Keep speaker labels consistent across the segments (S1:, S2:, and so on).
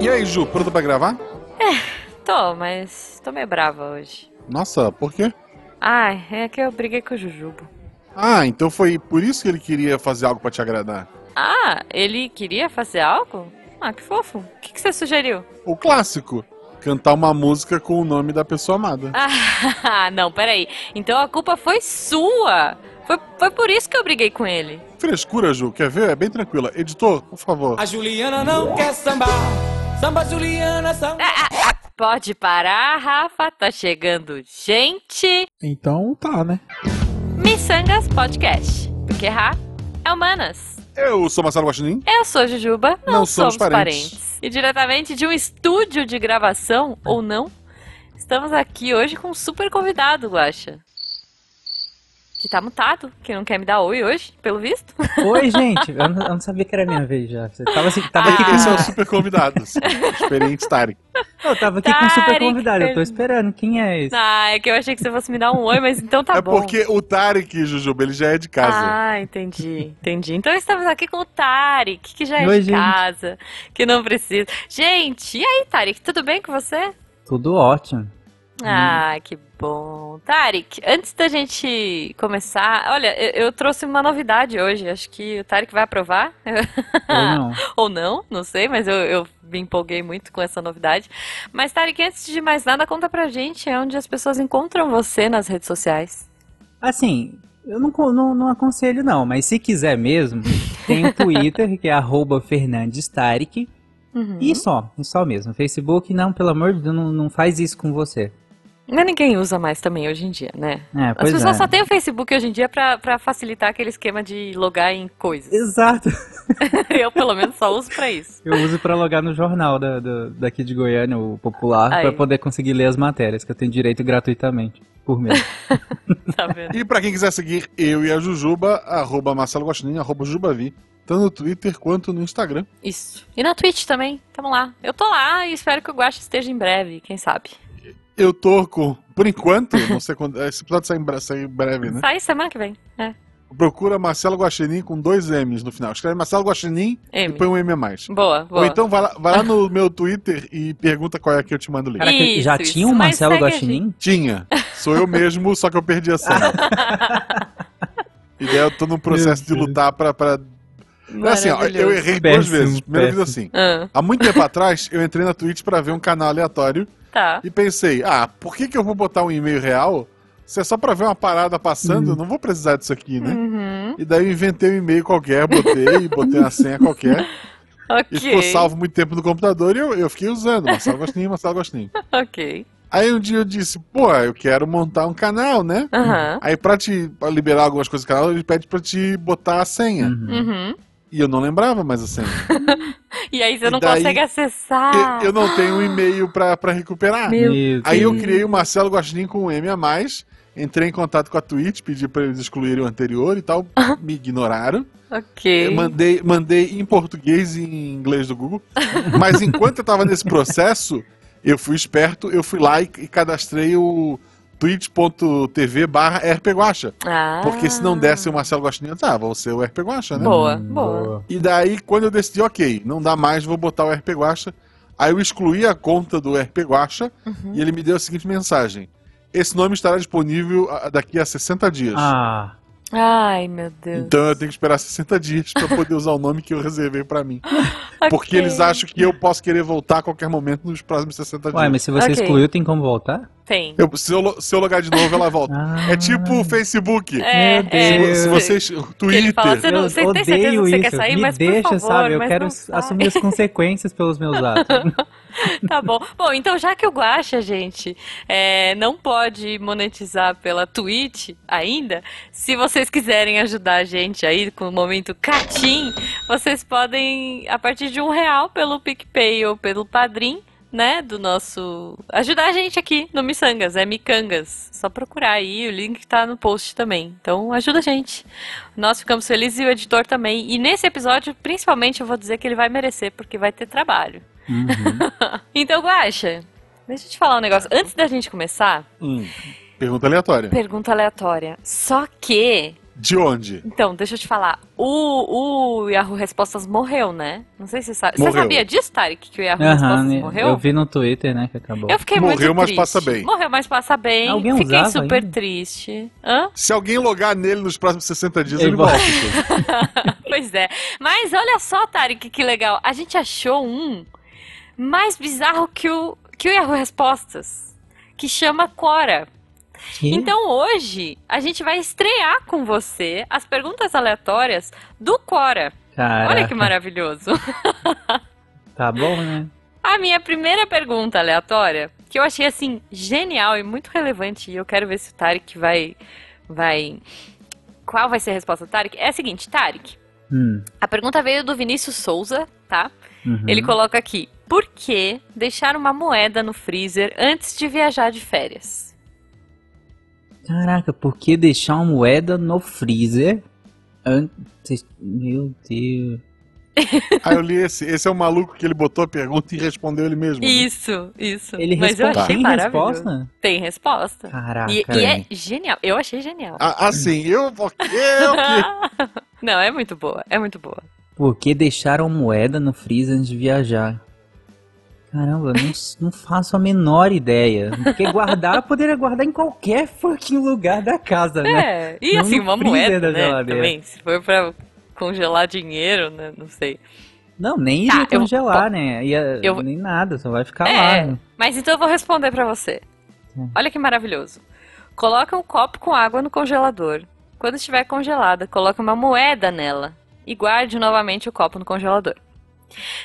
S1: E aí, Ju, pronta pra gravar?
S2: Tô, mas tô meio brava hoje.
S1: Nossa, por quê?
S2: Ai, é que eu briguei com o Jujubo.
S1: Ah, então foi por isso que ele queria fazer algo pra te agradar.
S2: Ah, ele queria fazer algo? Ah, que fofo. O que, que você sugeriu?
S1: O clássico. Cantar uma música com o nome da pessoa amada.
S2: Ah, não, peraí. Então a culpa foi sua. Foi, foi por isso que eu briguei com ele.
S1: Frescura, Ju, quer ver? É bem tranquila. Editor, por favor.
S3: A Juliana não quer sambar. Samba Juliana, samba.
S2: Pode parar, Rafa. Tá chegando gente.
S4: Então tá, né?
S2: Missangas Podcast. Porque Ra é humanas.
S1: Eu sou Marcelo Guaxinim.
S2: Eu sou Jujuba, não,
S1: Não somos parentes.
S2: E diretamente de um estúdio de gravação, ou não, estamos aqui hoje com um super convidado, Guaxa. Que tá mutado, que não quer me dar oi hoje, pelo visto.
S4: Oi, gente. Eu não, eu não sabia que era minha vez já. Você tava, assim, tava aqui,
S2: Ah.
S1: Esse é o
S4: com,
S1: super convidado. assim, Experiente Tarek.
S4: eu tava aqui com um super
S2: Tarek
S4: convidado. Eu tô
S2: Fernandes.
S4: esperando. Quem é esse?
S2: Ah, é que eu achei que você fosse me dar um oi, mas então tá
S1: é
S2: bom.
S1: porque o Tarek, Jujuba, ele já é de casa.
S2: Ah, entendi, entendi. Então estamos aqui com o Tarek, que já é
S4: Oi,
S2: de
S4: gente.
S2: casa, que não precisa. Gente, e aí, Tarek, tudo bem com você?
S4: Tudo ótimo. Hum.
S2: Ah, que bom. Tarek, antes da gente começar, olha, eu, eu trouxe uma novidade hoje. Acho que o Tarek vai aprovar.
S4: Ou não.
S2: Ou não, não sei, mas eu, eu me empolguei muito com essa novidade. Mas, Tarek, antes de mais nada, conta pra gente onde as pessoas encontram você nas redes sociais.
S4: Assim, eu não, con- não, não aconselho não, mas se quiser mesmo, tem o Twitter, que é arroba Fernandes Tarek.
S2: Uhum.
S4: E só, e só mesmo. Facebook, não, pelo amor de Deus, não, não faz isso com você.
S2: Mas é ninguém usa mais também hoje em dia, né?
S4: É,
S2: As
S4: pois
S2: pessoas
S4: é.
S2: só têm o Facebook hoje em dia pra, pra facilitar aquele esquema de logar em coisas.
S4: Exato.
S2: Eu, pelo menos, só uso pra isso.
S4: Eu uso pra logar no jornal da, da- daqui de Goiânia, o Popular,
S2: Aí.
S4: pra poder conseguir ler as matérias, que eu tenho direito gratuitamente, por mês.
S2: Tá vendo?
S1: E pra quem quiser seguir eu e a Jujuba, arroba Marcelo Guaxinim, arroba Jujubavi. Tanto no Twitter quanto no Instagram.
S2: Isso. E na Twitch também. Tamo lá. Eu tô lá e espero que o Guaxa esteja em breve, quem sabe.
S1: Eu tô com, por enquanto, não sei quando. Esse episódio sai em, bre- sai em breve, né?
S2: Sai semana que vem. É.
S1: Procura Marcelo Guaxinim com dois M's no final. Escreve Marcelo Guaxinim e
S2: M.
S1: põe um M a mais.
S2: Boa, boa.
S1: Ou então vai lá, vai lá no meu Twitter e pergunta qual é que eu te mando o link.
S2: É.
S4: Caraca, já
S2: Isso,
S4: tinha
S2: isso.
S4: um
S2: Mas
S4: Marcelo
S2: segue a
S4: Guaxinim?
S1: Tinha. Sou eu mesmo, só que eu perdi a senha. e daí eu tô num processo de
S4: Meu Deus.
S1: lutar pra. pra... É assim, ó, eu
S2: Maravilhoso.
S1: errei duas
S4: Péssimo,
S1: vezes. Primeira
S4: péssimo.
S1: vez assim.
S2: Ah,
S1: Há muito tempo atrás, eu entrei na Twitch pra ver um canal aleatório
S2: tá.
S1: e pensei, ah, por que, que eu vou botar um e-mail real? Se é só pra ver uma parada passando, eu não vou precisar disso aqui, né?
S2: Uhum.
S1: E daí eu inventei um e-mail qualquer, botei, botei uma senha qualquer.
S2: Ok.
S1: E ficou salvo muito tempo no computador e eu, eu fiquei usando. Marcelo Gostinho, Marcelo Gostinho.
S2: Ok.
S1: Aí um dia eu disse, pô, eu quero montar um canal, né?
S2: Aham.
S1: Aí pra te pra liberar algumas coisas do canal, ele pede pra te botar a senha.
S4: Uhum.
S2: Uhum.
S1: E eu não lembrava mais a senha.
S2: E aí você
S1: E
S2: não
S1: daí-
S2: consegue acessar.
S1: Eu, eu não tenho um e-mail pra, pra recuperar.
S2: Meu
S4: Meu
S1: Aí eu
S4: Deus.
S1: criei o Marcelo Gostinho com um M a mais. Entrei em contato com a Twitch, pedi pra eles excluírem o anterior e tal. Me ignoraram. Eu
S2: Ok.
S1: mandei, mandei em português e em inglês do Google. Mas enquanto eu tava nesse processo, eu fui esperto, eu fui lá e, e cadastrei o twitch.tv barra rpguacha.
S2: Ah.
S1: Porque se não desse o Marcelo Guaxinim, eu disse, ah, vou ser o RP Guacha, né?
S2: Boa,
S4: Hum,
S2: boa.
S1: E daí, quando eu decidi, ok, não dá mais, vou botar o RP Guacha. Aí eu excluí a conta do RP Guacha
S2: Uhum.
S1: e ele me deu a seguinte mensagem. Esse nome estará disponível ah, daqui a 60 dias.
S4: Ah,
S2: Ai, meu Deus.
S1: Então eu tenho que esperar 60 dias pra poder usar o nome que eu reservei pra mim. Porque
S2: Ok.
S1: eles acham que eu posso querer voltar a qualquer momento nos próximos 60 dias.
S4: ué, mas se você
S2: Ok.
S4: excluiu, tem como voltar?
S2: Tem.
S1: Eu- se, eu, lo- se eu logar de novo, ela volta.
S4: Ah.
S1: É tipo o Facebook.
S2: É,
S4: Meu
S2: é.
S4: Deus.
S1: Se
S4: Se
S1: vocês. o
S2: Que ele
S1: Twitter.
S2: fala, assim. você, não, você
S4: eu
S2: tem certeza que
S4: odeio
S2: você
S4: isso.
S2: quer sair,
S4: Me
S2: mas
S4: deixa,
S2: por favor,
S4: sabe? Eu
S2: mas
S4: quero
S2: não
S4: s-
S2: sai.
S4: assumir as consequências pelos meus atos.
S2: Tá bom. Bom, então já que o Guaxa, gente, é, não pode monetizar pela Twitch ainda, se vocês quiserem ajudar a gente aí com o momento Catim, vocês podem, a partir de um real, pelo PicPay ou pelo Padrim, né, do nosso... Ajudar a gente aqui no Missangas, é Micangas. Só procurar aí, o link tá no post também. Então ajuda a gente. Nós ficamos felizes e o editor também. E nesse episódio, principalmente, eu vou dizer que ele vai merecer, porque vai ter trabalho.
S4: Uhum.
S2: Então, Guaxa, deixa eu te falar um negócio. Antes da gente começar,
S1: Hum, pergunta aleatória.
S2: pergunta aleatória. Só que
S1: De onde?
S2: Então, deixa eu te falar. O, o Yahoo Respostas morreu, né? Não sei se você sabe. Você
S1: Morreu.
S2: sabia disso, Tarek, que o Yahoo
S4: Aham,
S2: Respostas
S4: né?
S2: morreu?
S4: eu vi no Twitter, né, que acabou.
S2: Eu fiquei
S1: Morreu,
S2: muito
S1: mas
S2: triste.
S1: passa bem.
S2: Morreu, mas passa bem.
S4: Alguém
S2: Fiquei
S4: usava
S2: super
S4: ainda?
S2: triste. Hã?
S1: Se alguém logar nele nos próximos 60 dias,
S4: Ele
S1: ele, volta.
S2: pois é. Mas olha só, Tarek, que legal. A gente achou um mais bizarro que o, que o Yahoo Respostas, que chama Quora.
S4: Que?
S2: Então hoje a gente vai estrear com você as perguntas aleatórias do Quora. Olha que
S4: Caraca,
S2: maravilhoso.
S4: Tá bom, né?
S2: A minha primeira pergunta aleatória, que eu achei assim genial e muito relevante, e eu quero ver se o Tarek vai vai qual vai ser a resposta do Tarek, é a seguinte, Tarek.
S4: Hum,
S2: A pergunta veio do Vinícius Souza, tá?
S4: uhum.
S2: Ele coloca aqui: "Por que deixar uma moeda no freezer antes de viajar de férias?"
S4: Caraca, por que deixar uma moeda no freezer antes... Meu Deus.
S1: Aí eu li esse. Esse é o maluco que ele botou a pergunta e respondeu ele mesmo. né?
S2: Isso, isso.
S4: Uhum. Ele
S2: Mas eu
S4: responde,
S2: achei
S4: tem
S2: maravilhoso.
S4: resposta?
S2: Tem resposta.
S4: Caraca.
S2: E, e é genial. Eu achei genial.
S1: Ah, assim, eu. ok, eu que-
S2: Não, é muito boa, é muito boa.
S4: Por que deixaram moeda no freezer antes de viajar? Caramba, não, s- não faço a menor ideia. Porque guardar, eu poderia guardar em qualquer fucking lugar da casa, né?
S2: É, e
S4: Não
S2: assim,
S4: no
S2: uma
S4: freezer
S2: moeda,
S4: da
S2: né,
S4: geladeira.
S2: também, se for pra congelar dinheiro, né, não sei.
S4: Não, nem
S2: Tá,
S4: ia
S2: eu-
S4: congelar, né? Ia,
S2: eu-
S4: Nem nada, só vai ficar
S2: É.
S4: lá.
S2: Mas então eu vou responder pra você.
S4: Hum.
S2: Olha que maravilhoso. Coloca um copo com água no congelador. Quando estiver congelada, coloque uma moeda nela e guarde novamente o copo no congelador.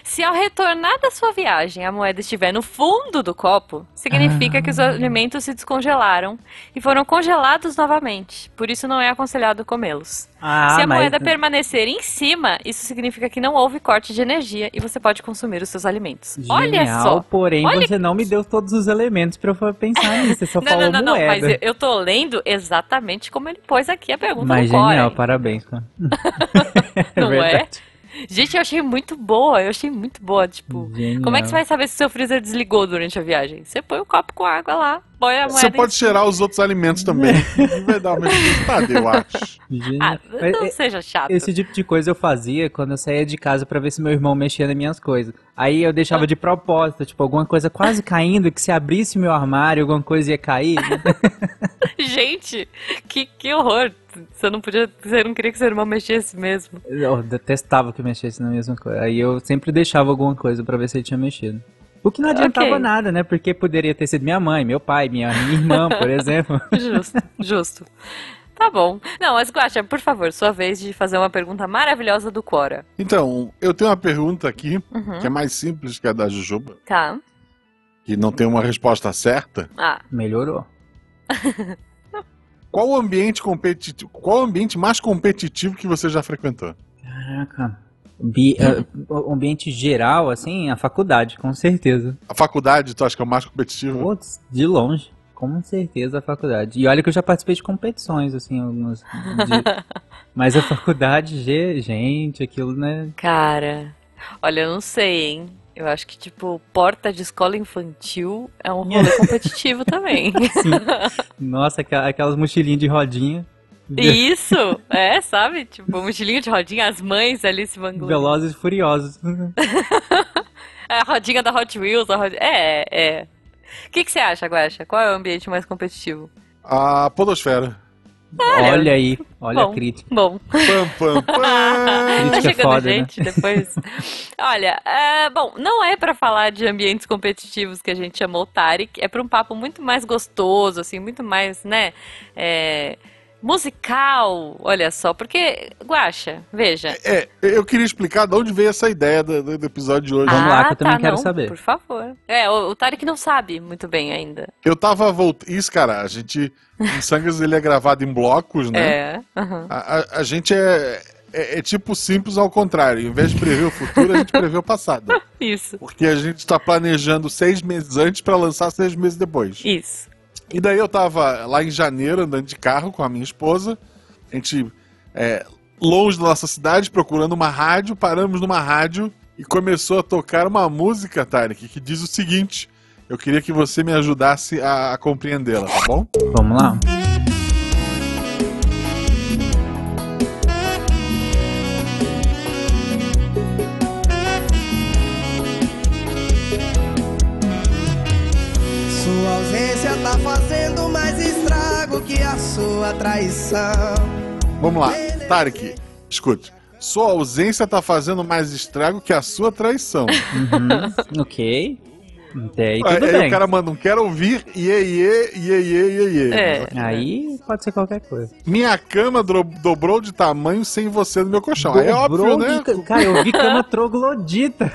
S2: Se ao retornar da sua viagem a moeda estiver no fundo do copo, significa
S4: Ah.
S2: que os alimentos se descongelaram e foram congelados novamente. Por isso não é aconselhado comê-los.
S4: Ah,
S2: Se a
S4: mas-
S2: moeda tá permanecer em cima, isso significa que não houve corte de energia e você pode consumir os seus alimentos. Olha
S4: Genial,
S2: só!
S4: porém
S2: Olha
S4: você não me deu todos os elementos pra eu pensar nisso, você só
S2: Não, não,
S4: falou
S2: não, não, mas
S4: moeda.
S2: eu, eu tô lendo exatamente como ele pôs aqui a pergunta
S4: Mas
S2: do Core.
S4: genial, parabéns. cara.
S2: Não é?
S4: verdade.
S2: Gente, eu achei muito boa, eu achei muito boa, tipo...
S4: Genial.
S2: Como é que você vai saber se o seu freezer desligou durante a viagem? Você põe o copo com água lá, põe a moeda
S1: Você
S2: em
S1: pode cheirar os outros alimentos também. Não vai dar o mesmo resultado, eu acho.
S4: Genial.
S2: Ah,
S4: Mas,
S2: não
S4: é,
S2: seja chato.
S4: Esse tipo de coisa eu fazia quando eu saía de casa pra ver se meu irmão mexia nas minhas coisas. Aí eu
S2: Ah.
S4: deixava de propósito, tipo, alguma coisa quase caindo, que se abrisse meu armário, alguma coisa ia cair. né?
S2: Gente, que, que horror. Você não podia. Você não queria que seu irmão mexesse mesmo.
S4: Eu detestava que mexesse na mesma coisa. Aí eu sempre deixava alguma coisa pra ver se ele tinha mexido. O que não adiantava
S2: Ok.
S4: nada, né? Porque poderia ter sido minha mãe, meu pai, minha, minha irmã, por exemplo.
S2: Justo, justo. Tá bom. Não, mas Guaxa, por favor, sua vez de fazer uma pergunta maravilhosa do Quora.
S1: Então, eu tenho uma pergunta aqui,
S2: Uhum.
S1: que é mais simples que a da Jujuba,
S2: Tá.
S1: que não tem uma resposta certa.
S2: Ah,
S4: Melhorou.
S1: Qual o ambiente competitivo. Qual o ambiente mais competitivo que você já frequentou?
S4: Caraca. Bi- eh, o ambiente geral, assim, a faculdade, com certeza.
S1: A faculdade, tu acha que é o mais competitivo?
S4: Putz, de longe. Com certeza a faculdade. E olha que eu já participei de competições, assim, algumas. de- Mas a faculdade, ge- gente, aquilo, né?
S2: cara. Olha, eu não sei, hein? Eu acho que, tipo, porta de escola infantil é um rolê competitivo também.
S4: Nossa, aqua- aquelas mochilinhas de rodinha. ve-
S2: Isso! É, sabe? Tipo, mochilinha de rodinha, as mães ali se vangloriam.
S4: Velozes e furiosos.
S2: É, A rodinha da Hot Wheels, a rodinha... É, é. O que, que você acha, Guaxa? Qual é o ambiente mais competitivo?
S1: A Podosfera.
S4: Olha aí, olha
S2: bom.
S4: a crítica.
S2: Bom,
S1: Pam, pam, pam.
S2: tá
S4: Crítica é
S2: chegando
S4: foda, né?
S2: gente depois. Olha, é, bom, não é pra falar de ambientes competitivos que a gente chamou o Tarek, é pra um papo muito mais gostoso, assim, muito mais, né, é, musical, olha só, porque, Guaxa, veja.
S1: É, eu queria explicar de onde veio essa ideia do, do- do episódio de hoje.
S4: Ah. lá, que eu também
S2: tá,
S4: quero
S2: não,
S4: saber.
S2: Por favor. É, o, o Tarek não sabe muito bem ainda.
S1: Eu tava voltando. Isso, cara, a gente. Em Sangas ele é gravado em blocos, né?
S2: É. aham.
S1: A, a- a gente é, é, é tipo simples ao contrário. Em vez de prever o futuro, a gente prevê o passado.
S2: Isso.
S1: Porque a gente tá planejando seis meses antes pra lançar seis meses depois.
S2: Isso.
S1: E daí eu tava lá em janeiro andando de carro com a minha esposa. A gente, é, longe da nossa cidade, procurando uma rádio, paramos numa rádio e começou a tocar uma música, Tarek, que diz o seguinte. Eu queria que você me ajudasse a, a compreendê-la, tá bom?
S4: Vamos lá.
S5: já tá fazendo mais estrago que a sua traição.
S1: Vamos lá, Tarek, escute. Sua ausência tá fazendo mais estrago que a sua traição.
S4: Uhum, ok. Até aí tudo
S1: aí
S4: bem.
S1: o cara manda um quero ouvir, iê, iê, iê, iê, iê, iê.
S2: É.
S4: Aí pode ser qualquer coisa.
S1: Minha cama dro- dobrou de tamanho sem você no meu colchão. Aí é óbvio,
S4: Dobrou
S1: né?
S4: de ca- Cara, eu vi cama troglodita.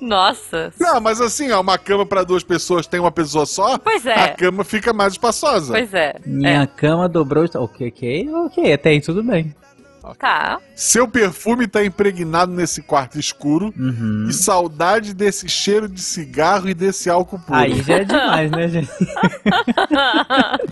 S2: Nossa.
S1: Não, mas assim, ó, uma cama pra duas pessoas tem uma pessoa só,
S2: Pois
S1: a
S2: é.
S1: cama fica mais espaçosa.
S2: Pois é.
S4: Minha cama dobrou de... Ok, ok, ok. Até aí tudo bem.
S2: É. Tá.
S1: Seu perfume tá impregnado nesse quarto escuro
S4: Uhum.
S1: e saudade desse cheiro de cigarro e desse álcool puro.
S4: Aí já é demais, né, gente?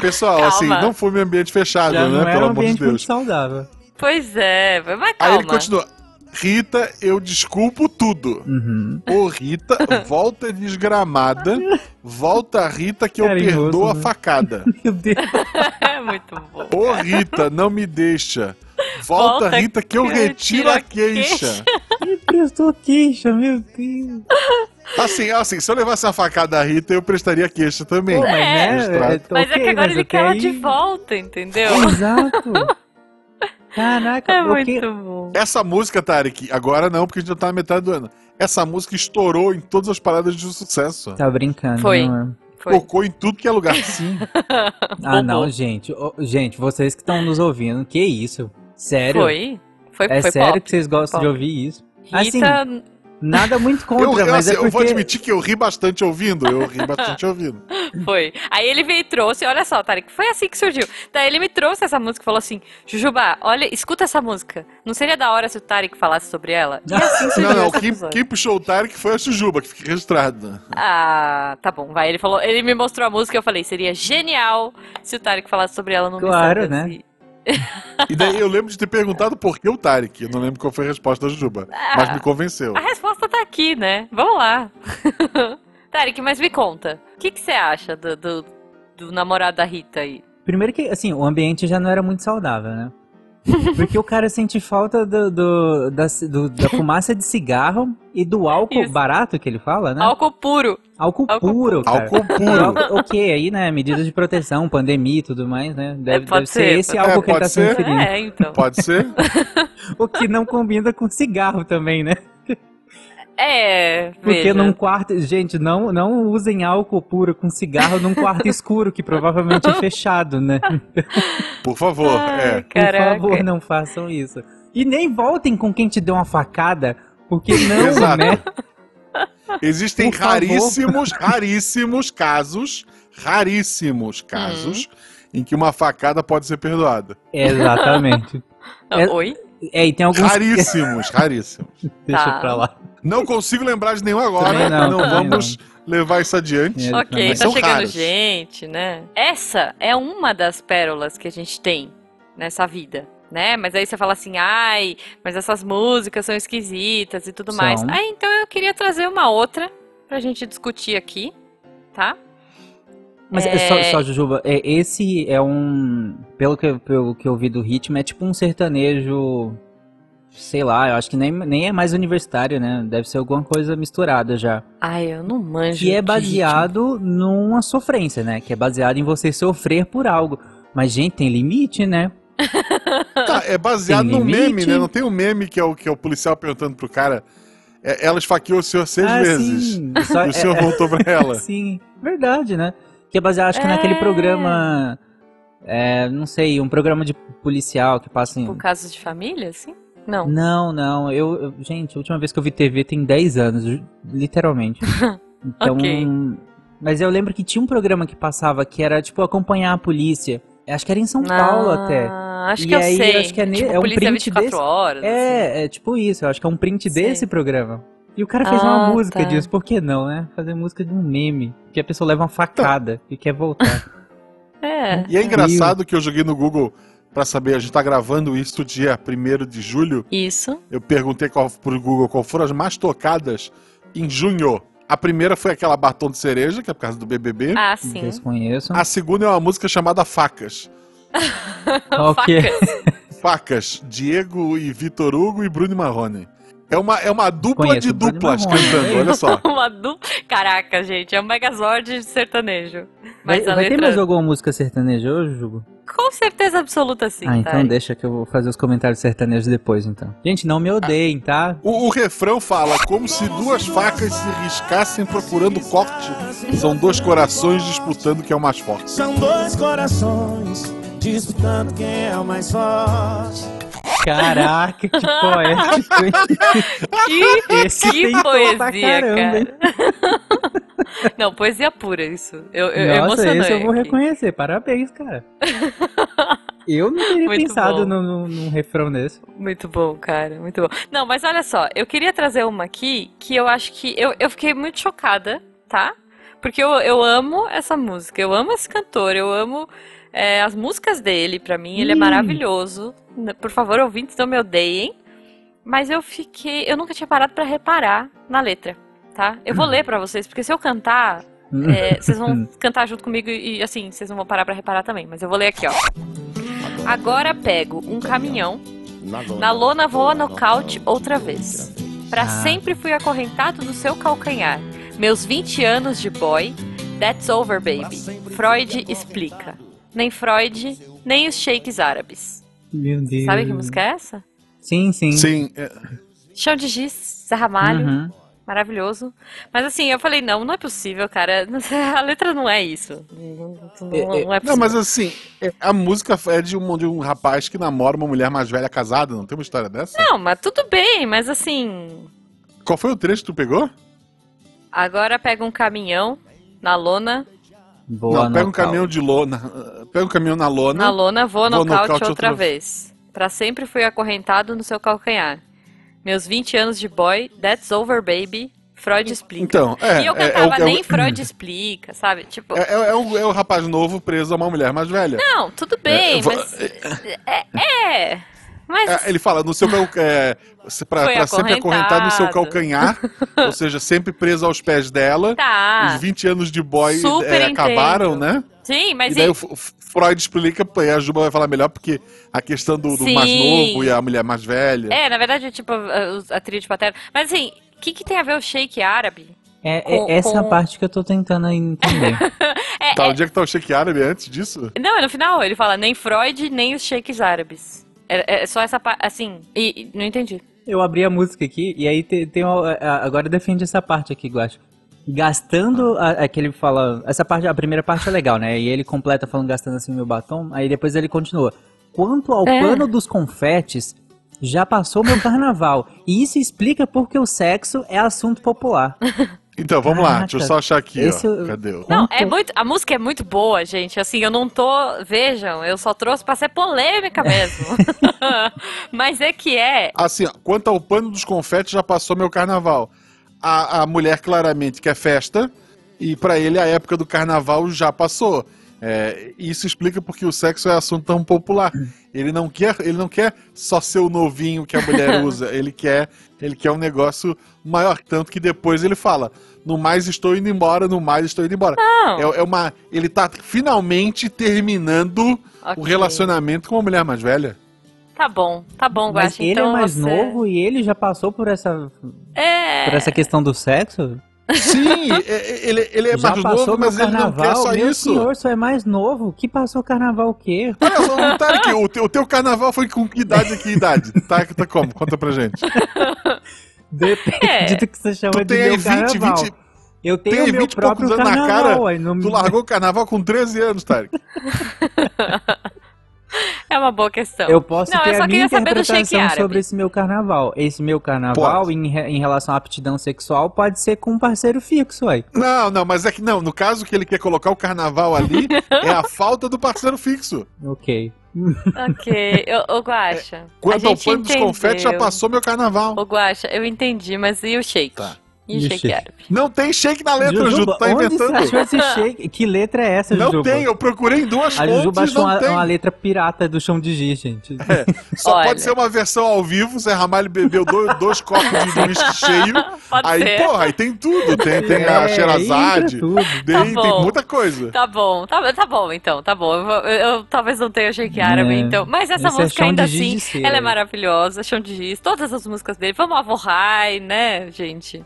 S1: Pessoal,
S2: Calma.
S1: assim, não fume em ambiente fechado,
S4: Já
S1: né?
S4: não era
S1: Pelo
S4: um
S1: amor de
S4: ambiente muito
S1: Deus.
S4: saudável.
S2: pois é. Mas
S1: Aí ele
S2: calma.
S1: continua. Rita, eu desculpo tudo.
S4: Uhum.
S1: Ô Rita, volta desgramada. Volta Rita que eu
S4: Carinhoso,
S1: perdoo a
S4: né?
S1: facada.
S4: Meu Deus.
S2: É muito bom.
S1: Ô Rita, não me deixa. Volta,
S2: Volta
S1: Rita que eu
S2: que eu
S1: retiro a
S2: tiro a queixa.
S1: queixa.
S4: Me prestou queixa, meu Deus.
S1: Assim, assim, se eu levasse a facada da Rita, eu prestaria queixa também.
S4: Pô, mas né?
S1: Frustrado.
S4: é-
S2: Mas é
S4: ok,
S2: que agora
S4: mas
S2: ele
S4: até
S2: quer ela
S4: aí-
S2: de volta, entendeu?
S4: Exato. Caraca,
S2: É
S4: eu que-
S2: muito bom.
S1: Essa música, Tarek, agora não, porque a gente já tá na metade do ano. Essa música estourou em todas as paradas de sucesso.
S4: Tá brincando,
S2: Foi.
S4: não é?
S2: Foi.
S1: Tocou em tudo que é lugar. Sim.
S4: Ah, não, gente. Ô, gente, vocês que estão nos ouvindo, que isso? Sério?
S2: Foi. Foi,
S4: É
S2: foi
S4: sério
S2: pop.
S4: que vocês gostam de
S2: Pop.
S4: ouvir isso?
S2: Rita.
S4: Assim, nada muito contra,
S1: Eu, eu,
S4: mas
S1: assim,
S4: é
S1: eu vou
S4: porque...
S1: admitir que eu ri bastante ouvindo. Eu ri bastante ouvindo.
S2: Foi. Aí ele veio e trouxe, olha só, Tarek, foi assim que surgiu. Daí ele me trouxe essa música e falou assim: Jujuba, olha, escuta essa música. Não seria da hora se o Tarek falasse sobre ela? E assim surgiu
S1: Não, não,
S2: esse
S1: quem,
S2: episódio.
S1: quem puxou o Tarek foi a Jujuba, que fica né? registrada.
S2: Ah, tá bom, vai. Ele falou, ele me mostrou a música e eu falei: seria genial se o Tarek falasse sobre ela assim." no
S4: Claro,
S2: Missangas.
S4: né?
S2: E-
S1: E daí eu lembro de ter perguntado por que o Tarek. Eu não lembro qual foi a resposta da Jujuba, mas me convenceu.
S2: A resposta tá aqui, né? Vamos lá. Tarek, mas me conta, o que que você acha do, do, do namorado da Rita aí?
S4: Primeiro que, assim, o ambiente já não era muito saudável, né? Porque o cara sente falta do, do- da, ci- do- da fumaça de cigarro e do álcool
S2: Isso.
S4: barato que ele fala, né?
S2: Álcool puro.
S4: Álcool,
S2: álcool
S4: puro, cara.
S1: Álcool
S4: E
S1: puro.
S4: álcool- ok, aí, né? Medidas de proteção, pandemia e tudo mais, né? Deve,
S2: É, pode
S4: deve ser,
S2: ser,
S4: esse
S2: pode-
S4: álcool
S1: É,
S4: que ele tá
S1: pode
S4: se
S1: ser.
S4: referindo.
S2: É, então.
S1: Pode ser?
S4: O que não combina com cigarro também, né?
S2: É,
S4: Porque
S2: veja.
S4: num quarto. Gente, não, não usem álcool puro com cigarro num quarto escuro, que provavelmente é fechado, né?
S1: Por favor.
S2: Ai,
S1: é.
S2: Caraca.
S4: Por favor, não façam isso. E nem voltem com quem te deu uma facada, porque não,
S1: Exato.
S4: né?
S1: Existem
S4: Por favor.
S1: raríssimos, raríssimos casos, raríssimos casos em que uma facada pode ser perdoada.
S4: Exatamente.
S2: Ah,
S4: É-
S2: Oi?
S4: É, e tem alguns.
S1: Raríssimos, raríssimos.
S4: Deixa pra lá.
S1: Não consigo lembrar de nenhum agora, né?
S4: Também não,
S1: tá. não,
S4: também
S1: vamos levar isso adiante.
S4: É,
S2: Ok,
S4: mas
S2: tá
S1: são
S2: chegando
S1: raros.
S2: gente, né? Essa é uma das pérolas que a gente tem nessa vida, né? Mas aí você fala assim, ai, mas essas músicas são esquisitas e tudo
S4: São.
S2: mais. Ah, então eu queria trazer uma outra pra gente discutir aqui, tá?
S4: Mas é...
S2: É.
S4: só, só, Jujuba, é, esse é um. Pelo que, pelo que eu vi do ritmo, é tipo um sertanejo. Sei lá, eu acho que nem, nem é mais universitário, né? Deve ser alguma coisa misturada já.
S2: Ai, eu não manjo.
S4: Que é
S2: de ritmo.
S4: baseado numa sofrência, né? Que é baseado em você sofrer por algo. Mas, gente, tem limite, né?
S1: Tá, é baseado
S4: Tem
S1: num
S4: limite?
S1: meme, né? Não tem um meme que é o, que é o policial perguntando pro cara. é, ela esfaqueou o senhor seis
S4: Ah,
S1: vezes.
S4: sim. Só-
S1: E
S4: é-
S1: o senhor voltou pra
S4: é,
S1: ela.
S4: sim, verdade, né? Que é baseado, acho que
S2: É.
S4: naquele programa. É, não sei, um programa de policial que passa em.
S2: Por tipo, casos de família, assim? Não.
S4: Não, não. Eu, eu- gente, a última vez que eu vi TV tem 10 anos, ju- literalmente. Então,
S2: Ok.
S4: mas eu lembro que tinha um programa que passava que era tipo acompanhar a polícia. Acho que era em São
S2: Ah,
S4: Paulo até.
S2: Acho
S4: E
S2: que eu
S4: aí,
S2: sei.
S4: acho que é ne-
S2: tipo,
S4: é um
S2: polícia
S4: print
S2: 24
S4: desse-
S2: horas. assim.
S4: É, é tipo isso. Eu acho que é um print
S2: Sei.
S4: desse programa. E o cara fez uma
S2: Ah,
S4: música
S2: tá.
S4: disso. Por que não, né? Fazer música de um meme. Que a pessoa leva uma facada e quer voltar.
S2: É.
S1: E é engraçado que eu joguei no Google pra saber, a gente tá gravando isso dia 1 de julho.
S2: Isso.
S1: Eu perguntei qual, pro Google qual foram as mais tocadas em junho. A primeira foi aquela Batom de Cereja, que é por causa do BBB.
S2: Ah,
S4: Sim.
S2: sim.
S4: Desconheço.
S1: A segunda é uma música chamada Facas.
S4: Ok.
S2: Facas.
S1: Facas, Diego e Vitor Hugo e Bruno e Marrone. É uma, é uma dupla
S4: Conheço
S1: de
S4: o Bruno
S1: duplas
S4: Marrone,
S1: cantando,
S4: né?
S1: olha só.
S2: Uma du... Caraca, gente, é um megazord de sertanejo.
S4: Vai,
S2: Mas a
S4: vai
S2: letra.
S4: ter mais alguma música sertaneja hoje, Jugo?
S2: Com certeza absoluta, sim. tá?
S4: ah, então
S2: Thay.
S4: deixa que eu vou fazer os comentários sertanejos depois, então. Gente, não me
S2: Ah.
S4: odeiem, tá?
S1: O, o refrão fala como se duas facas se riscassem procurando corte. São dois corações disputando quem é o mais forte.
S6: São dois corações disputando quem é o mais forte.
S4: Caraca, que poético, hein? então
S2: Que,
S4: Esse
S2: que
S4: tem tom pra
S2: poesia,
S4: caramba, hein?
S2: cara. Não, poesia pura isso. Eu, eu eu
S4: Nossa,
S2: emocionei
S4: esse eu vou
S2: aqui.
S4: reconhecer. Parabéns, cara. Eu não teria
S2: Muito
S4: pensado
S2: bom.
S4: num- num num refrão desse.
S2: Muito bom, cara, muito bom. Não, mas olha só, eu queria trazer uma aqui que eu acho que eu, eu fiquei muito chocada, tá? Porque eu, eu amo essa música, eu amo esse cantor, eu amo é, as músicas dele, pra mim, ele é
S4: Hum.
S2: maravilhoso. N- Por favor, ouvintes, não me odeiem. Mas eu fiquei, eu nunca tinha parado pra reparar na letra, tá? Eu vou ler pra vocês, porque se eu cantar, é, vocês vão cantar junto comigo e assim, vocês não vão parar pra reparar também, mas eu vou ler aqui, ó. Agora pego um caminhão, na lona vou a nocaute outra vez. Pra
S4: Ah.
S2: sempre fui acorrentado no seu calcanhar. Meus 20 anos de boy, that's over baby. Freud explica. Nem Freud, nem os shakes árabes.
S4: Meu Deus.
S2: Sabe que música é essa?
S4: Sim, sim.
S1: Sim, é,
S2: Chão de giz, Zé Ramalho.
S4: Uhum.
S2: Maravilhoso. Mas assim, eu falei, não, não é possível, cara. A letra não é isso. Não, não- não é possível.
S1: Não, mas assim, a música é de um, de um rapaz que namora uma mulher mais velha casada, não tem uma história dessa?
S2: Não, mas tudo bem, mas assim.
S1: Qual foi o trecho que tu pegou?
S2: Agora pega um caminhão na lona.
S4: Boa
S1: não, pega um
S4: nocal.
S1: caminhão de lona. ah, Pega um caminhão na lona.
S2: Na lona vou,
S1: Vou
S2: nocaute,
S1: nocaute
S2: outra
S1: outra
S2: vez. Pra sempre fui acorrentado no seu calcanhar. Meus 20 anos de boy, that's over, baby. Freud explica.
S1: Então, é.
S2: e eu
S1: é- é
S2: cantava
S1: o- é, o-
S2: nem Freud explica, sabe? Tipo,
S1: É, é- é o, é o rapaz novo preso a uma mulher mais velha.
S2: não, tudo bem,
S1: eu vou-
S2: mas. É, é, mas.
S1: É, ele fala, no seu cal- é, se- pra,
S2: Foi
S1: pra sempre acorrentado no seu calcanhar,
S2: acorrentado.
S1: ou seja, sempre preso aos pés dela.
S2: tá.
S1: Os 20 anos de boy
S2: Super
S1: é,
S2: entendo.
S1: acabaram, né?
S2: Sim,
S1: e
S2: mas. é
S1: daí
S2: e-
S1: o F- F- Freud explica, pô, e a Juba vai falar melhor, porque a questão do, do mais
S2: Sim.
S1: novo e a mulher mais velha.
S2: É, na verdade, é tipo a, os- a trilha de paterno. Mas assim, o que, que tem a ver o shake árabe?
S4: É, é
S2: Com-
S4: essa
S2: com-
S4: parte que eu tô tentando entender.
S2: É,
S1: Tá,
S2: é-
S1: onde é que tá o Sheik Árabe antes disso?
S2: Não, é no final ele fala nem Freud, nem os shakes árabes. É, é só essa parte, assim, e, e não entendi.
S4: Eu abri a música aqui e aí te- tem, uma- a- agora defende essa parte aqui, Guacho. Gastando a- aquele fala, essa parte, a primeira parte é legal, né? E ele completa falando gastando assim meu batom, aí depois ele continua. Quanto ao
S2: É.
S4: pano dos confetes, já passou meu carnaval. E isso explica porque o sexo é assunto popular.
S1: Então, vamos lá, deixa eu
S4: Caraca,
S1: só achar aqui,
S4: Ah, tá. esse
S1: ó.
S4: eu-
S1: Cadê? o-
S2: Não,
S4: Quanto-
S2: é muito, a música é muito boa, gente. Assim, eu não tô, vejam, eu só trouxe pra ser polêmica mesmo. Mas é que é,
S1: Assim, ó, quanto ao pano dos confetes, já passou meu carnaval. A, a mulher claramente quer festa, e pra ele a época do carnaval já passou. É, isso explica porque o sexo é assunto tão popular. Ele não quer, ele não quer só ser o novinho que a mulher usa, ele quer, ele quer um negócio maior, tanto que depois ele fala: "No mais estou indo embora, no mais estou indo embora".
S2: Não.
S1: É, é uma, ele tá finalmente terminando o
S2: Ok.
S1: relacionamento com uma mulher mais velha.
S2: tá bom, tá bom,
S4: Mas
S2: Guaxa,
S4: ele
S2: então
S4: é mais
S2: você-
S4: novo e ele já passou por essa,
S2: É,
S4: por essa questão do sexo?
S1: Sim, é- é- ele, ele é
S4: já
S1: mais
S4: passou
S1: novo,
S4: meu
S1: mas ele não
S4: carnaval.
S1: quer só
S4: meu
S1: isso.
S4: senhor, só é mais novo. Que passou carnaval o quê?
S1: Olha só, não tá aqui, o, teu, o teu carnaval foi com que idade e que idade? Tá, tá como? Conta pra gente.
S4: Depende
S2: É.
S4: do que você chama
S1: Tu
S4: de
S1: tem
S4: meu
S1: aí 20,
S4: carnaval.
S1: 20
S4: eu
S1: tem
S4: tenho
S1: aí
S4: meu
S1: 20 e
S4: próprio
S1: poucos anos na
S4: carnaval.
S1: cara,
S4: aí não-
S1: tu largou o carnaval com 13 anos, Tarek.
S2: é uma boa questão.
S4: Eu posso
S2: Não, eu
S4: ter
S2: só
S4: a minha
S2: queria saber do shake
S4: interpretação
S2: árabe.
S4: sobre esse meu carnaval. Esse meu carnaval,
S1: Pode.
S4: em, re- em relação à aptidão sexual, pode ser com um parceiro fixo aí.
S1: Não, não, mas é que não, no caso que ele quer colocar o carnaval ali, é a falta do parceiro fixo.
S4: Ok.
S2: Ok, ô, ô Guaxa, a
S1: Quanto ao
S2: gente
S1: pano dos confetes, já
S2: entendeu.
S1: passou meu carnaval.
S2: Ô Guaxa, eu entendi, mas e o shake?
S1: Tá.
S2: E
S4: Ixi.
S2: shake Arab.
S1: Não tem shake na letra, Jujuba.
S4: Jujuba,
S1: tá
S4: onde você
S1: inventando.
S4: achou esse shake? Que letra é essa,
S1: Não
S4: Jujuba?
S1: tem, eu procurei em duas
S4: A Jujuba
S1: fontes,
S4: achou
S1: não
S4: uma,
S1: tem.
S4: uma letra pirata do chão de giz, gente.
S1: Só
S2: Olha.
S1: pode ser uma versão ao vivo, Zé Ramalho bebeu do- dois, copos de whisky cheio.
S2: Pode
S1: aí,
S2: ser.
S1: porra, aí tem tudo. Tem, tem a
S4: É,
S1: Xerazade,
S4: entra tudo.
S2: Tá
S1: tem, tem
S2: bom.
S1: muita coisa.
S2: Tá bom, tá, tá bom então, tá bom. Eu, vou- eu- eu talvez não tenha shake árabe,
S4: É.
S2: então. Mas essa
S4: Esse é
S2: música
S4: chão
S2: ainda
S4: de giz
S2: assim,
S4: de cera.
S2: ela é maravilhosa, chão de giz, todas as músicas dele. Vamos avorrar, né, gente?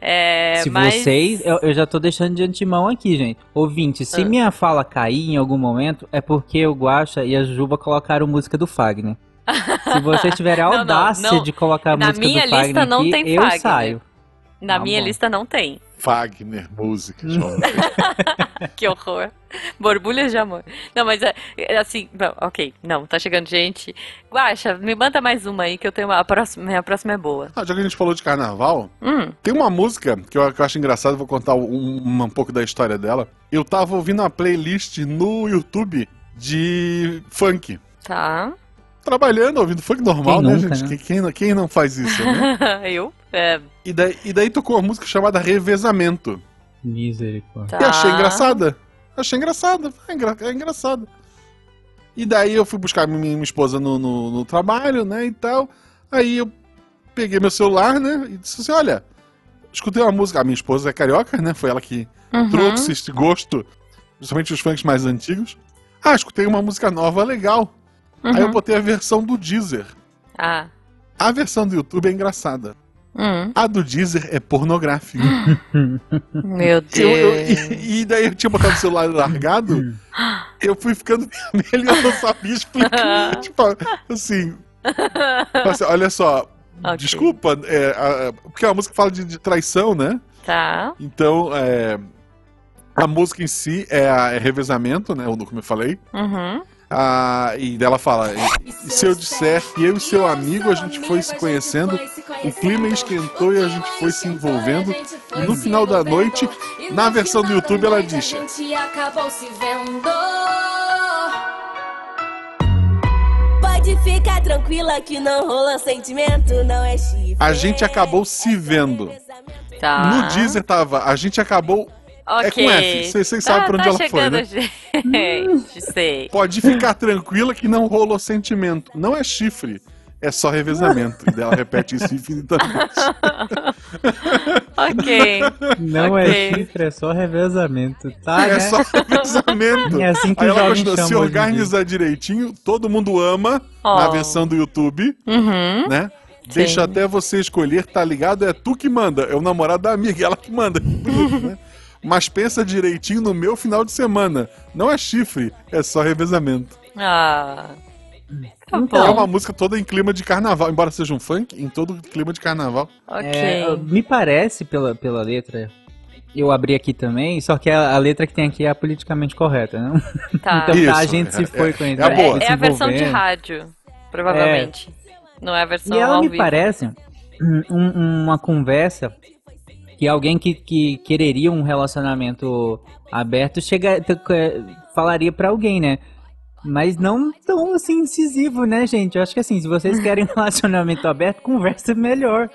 S2: É,
S4: se
S2: mas...
S4: vocês. Eu, eu já tô deixando de antemão aqui, gente. Ouvinte, se
S2: Ah.
S4: minha fala cair em algum momento, é porque o Guaxa e a Juba colocaram música do Fagner. Se vocês tiverem a
S2: Não, não,
S4: audácia
S2: não.
S4: de colocar a
S2: Na
S4: música
S2: minha
S4: do
S2: lista
S4: Fagner
S2: não
S4: aqui,
S2: tem
S4: eu
S2: Fagner.
S4: saio.
S2: Na
S4: Tá
S2: minha
S4: bom.
S2: lista não tem.
S1: Fagner, música, João.
S2: Que horror. Borbulhas de amor. Não, mas é, é assim, bom, ok. Não, tá chegando gente. Guaxa, me manda mais uma aí que eu tenho uma. A próxima, minha próxima é boa.
S1: Ah, já que a gente falou de carnaval,
S2: Hum,
S1: tem uma música que eu, que eu acho engraçada, vou contar um, um- um pouco da história dela. Eu tava ouvindo uma playlist no YouTube de funk.
S2: tá.
S1: Trabalhando, ouvindo funk normal,
S4: Quem
S1: né,
S4: nunca,
S1: gente?
S4: né?
S1: Quem, quem não- quem não faz isso, né?
S2: eu? É,
S1: E daí, e daí tocou uma música chamada Revezamento.
S4: Misericórdia.
S2: tá.
S1: E achei engraçada. Achei engraçada. É, engra, é engraçado. E daí eu fui buscar minha, minha esposa no, no- no trabalho, né, e tal. Aí eu peguei meu celular, né, e disse assim, olha, escutei uma música. A minha esposa é carioca, né, foi ela que
S2: Uhum.
S1: trouxe este gosto, principalmente os funks mais antigos. Ah, escutei uma música nova, legal. Aí eu
S2: Uhum.
S1: botei a versão do Deezer.
S2: Ah.
S1: A versão do YouTube é engraçada.
S2: Hum.
S1: A do Deezer é pornográfica.
S2: Meu Deus.
S1: Eu- eu- e, e daí eu tinha botado o celular largado, eu fui ficando vermelho e eu não sabia explicar. tipo, assim. assim, olha só.
S2: Ok.
S1: Desculpa, é, a- a- porque é uma música que fala de, de traição, né?
S2: Tá.
S1: Então, é, a música em si é, a- é revezamento, né? Como eu falei.
S2: Uhum.
S1: Ah, e dela fala: e, e se eu disser que eu e seu amigo a gente foi se conhecendo, o clima esquentou e a gente foi se envolvendo. E no final da noite, na versão do YouTube, ela diz:
S7: A gente acabou se vendo.
S8: Pode ficar tranquila que não rola sentimento, não é chifre.
S1: A gente acabou se vendo.
S2: Tá.
S1: No Deezer tava, a gente acabou.
S2: Ok.
S1: é com F, vocês- vocês
S2: tá,
S1: sabem pra onde
S2: tá
S1: ela foi,
S2: chegando,
S1: né?
S2: gente. Sei.
S1: Pode ficar tranquila que não rolou sentimento. Não é chifre, é só revezamento. e daí ela repete isso infinitamente.
S2: Ok.
S4: Não
S2: Tá, Ok.
S4: é chifre, é só revezamento.
S2: Ah,
S4: Tá,
S1: É
S4: né?
S1: só revezamento.
S4: É assim que
S1: Aí
S4: os
S1: ela
S4: jovens
S1: continua,
S4: chamam
S1: se
S4: hoje em dia.
S1: organizar direitinho, todo mundo ama na
S2: Oh.
S1: versão do YouTube,
S2: Uhum.
S1: né? Deixa até você escolher, tá ligado? É tu que manda, é o namorado da amiga, ela que manda. Que bonito, né? Mas pensa direitinho no meu final de semana. Não é chifre, é só revezamento.
S2: Ah. Tá
S4: Então,
S2: bom.
S1: É uma música toda em clima de carnaval, embora seja um funk, em todo clima de carnaval.
S2: Ok.
S4: É, me parece pela, pela letra. Eu abri aqui também, só que a, a letra que tem aqui é a politicamente correta, né?
S2: Tá.
S4: Então
S1: Isso,
S4: tá, a gente
S1: é-
S4: se foi com
S1: é a boa.
S2: É, é a versão de
S4: rádio.
S2: rádio, provavelmente. Não é a versão
S4: E ela
S2: ao
S4: me
S2: vivo.
S4: parece um- um- uma conversa que alguém que, que quereria um relacionamento aberto chega, t- eh, falaria pra alguém, né? Mas não tão assim incisivo, né, gente? Eu acho que assim, se vocês querem um relacionamento aberto, conversa melhor.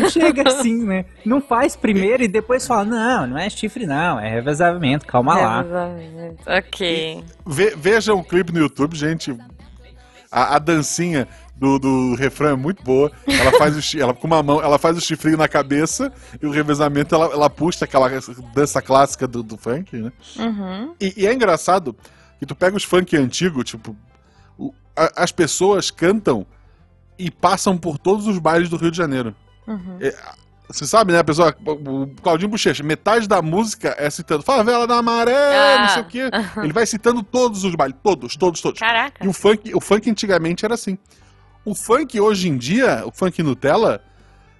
S4: Não chega assim, né? Não faz primeiro e depois fala: não, não é chifre, não, é revezamento, calma
S2: É.
S4: lá.
S2: Exatamente. Ok.
S1: Ve veja o clipe no YouTube, gente. A, a dancinha do, do refrão é muito boa. Ela faz o chi- ela com uma mão, ela faz o chifrinho na cabeça e o revezamento ela, ela puxa aquela dança clássica do, do funk, né?
S2: Uhum.
S1: E, e é engraçado que tu pega os funk antigos, tipo, o- a- as pessoas cantam e passam por todos os bailes do Rio de Janeiro. É,
S2: Uhum.
S1: Você sabe, né, a pessoa, o Claudinho Bochecha, metade da música é citando Favela da Maré,
S2: Ah.
S1: não sei o quê. Ele vai citando todos os bailes, todos, todos, todos.
S2: Caraca.
S1: E o funk, o funk antigamente era assim. O funk hoje em dia, o funk Nutella,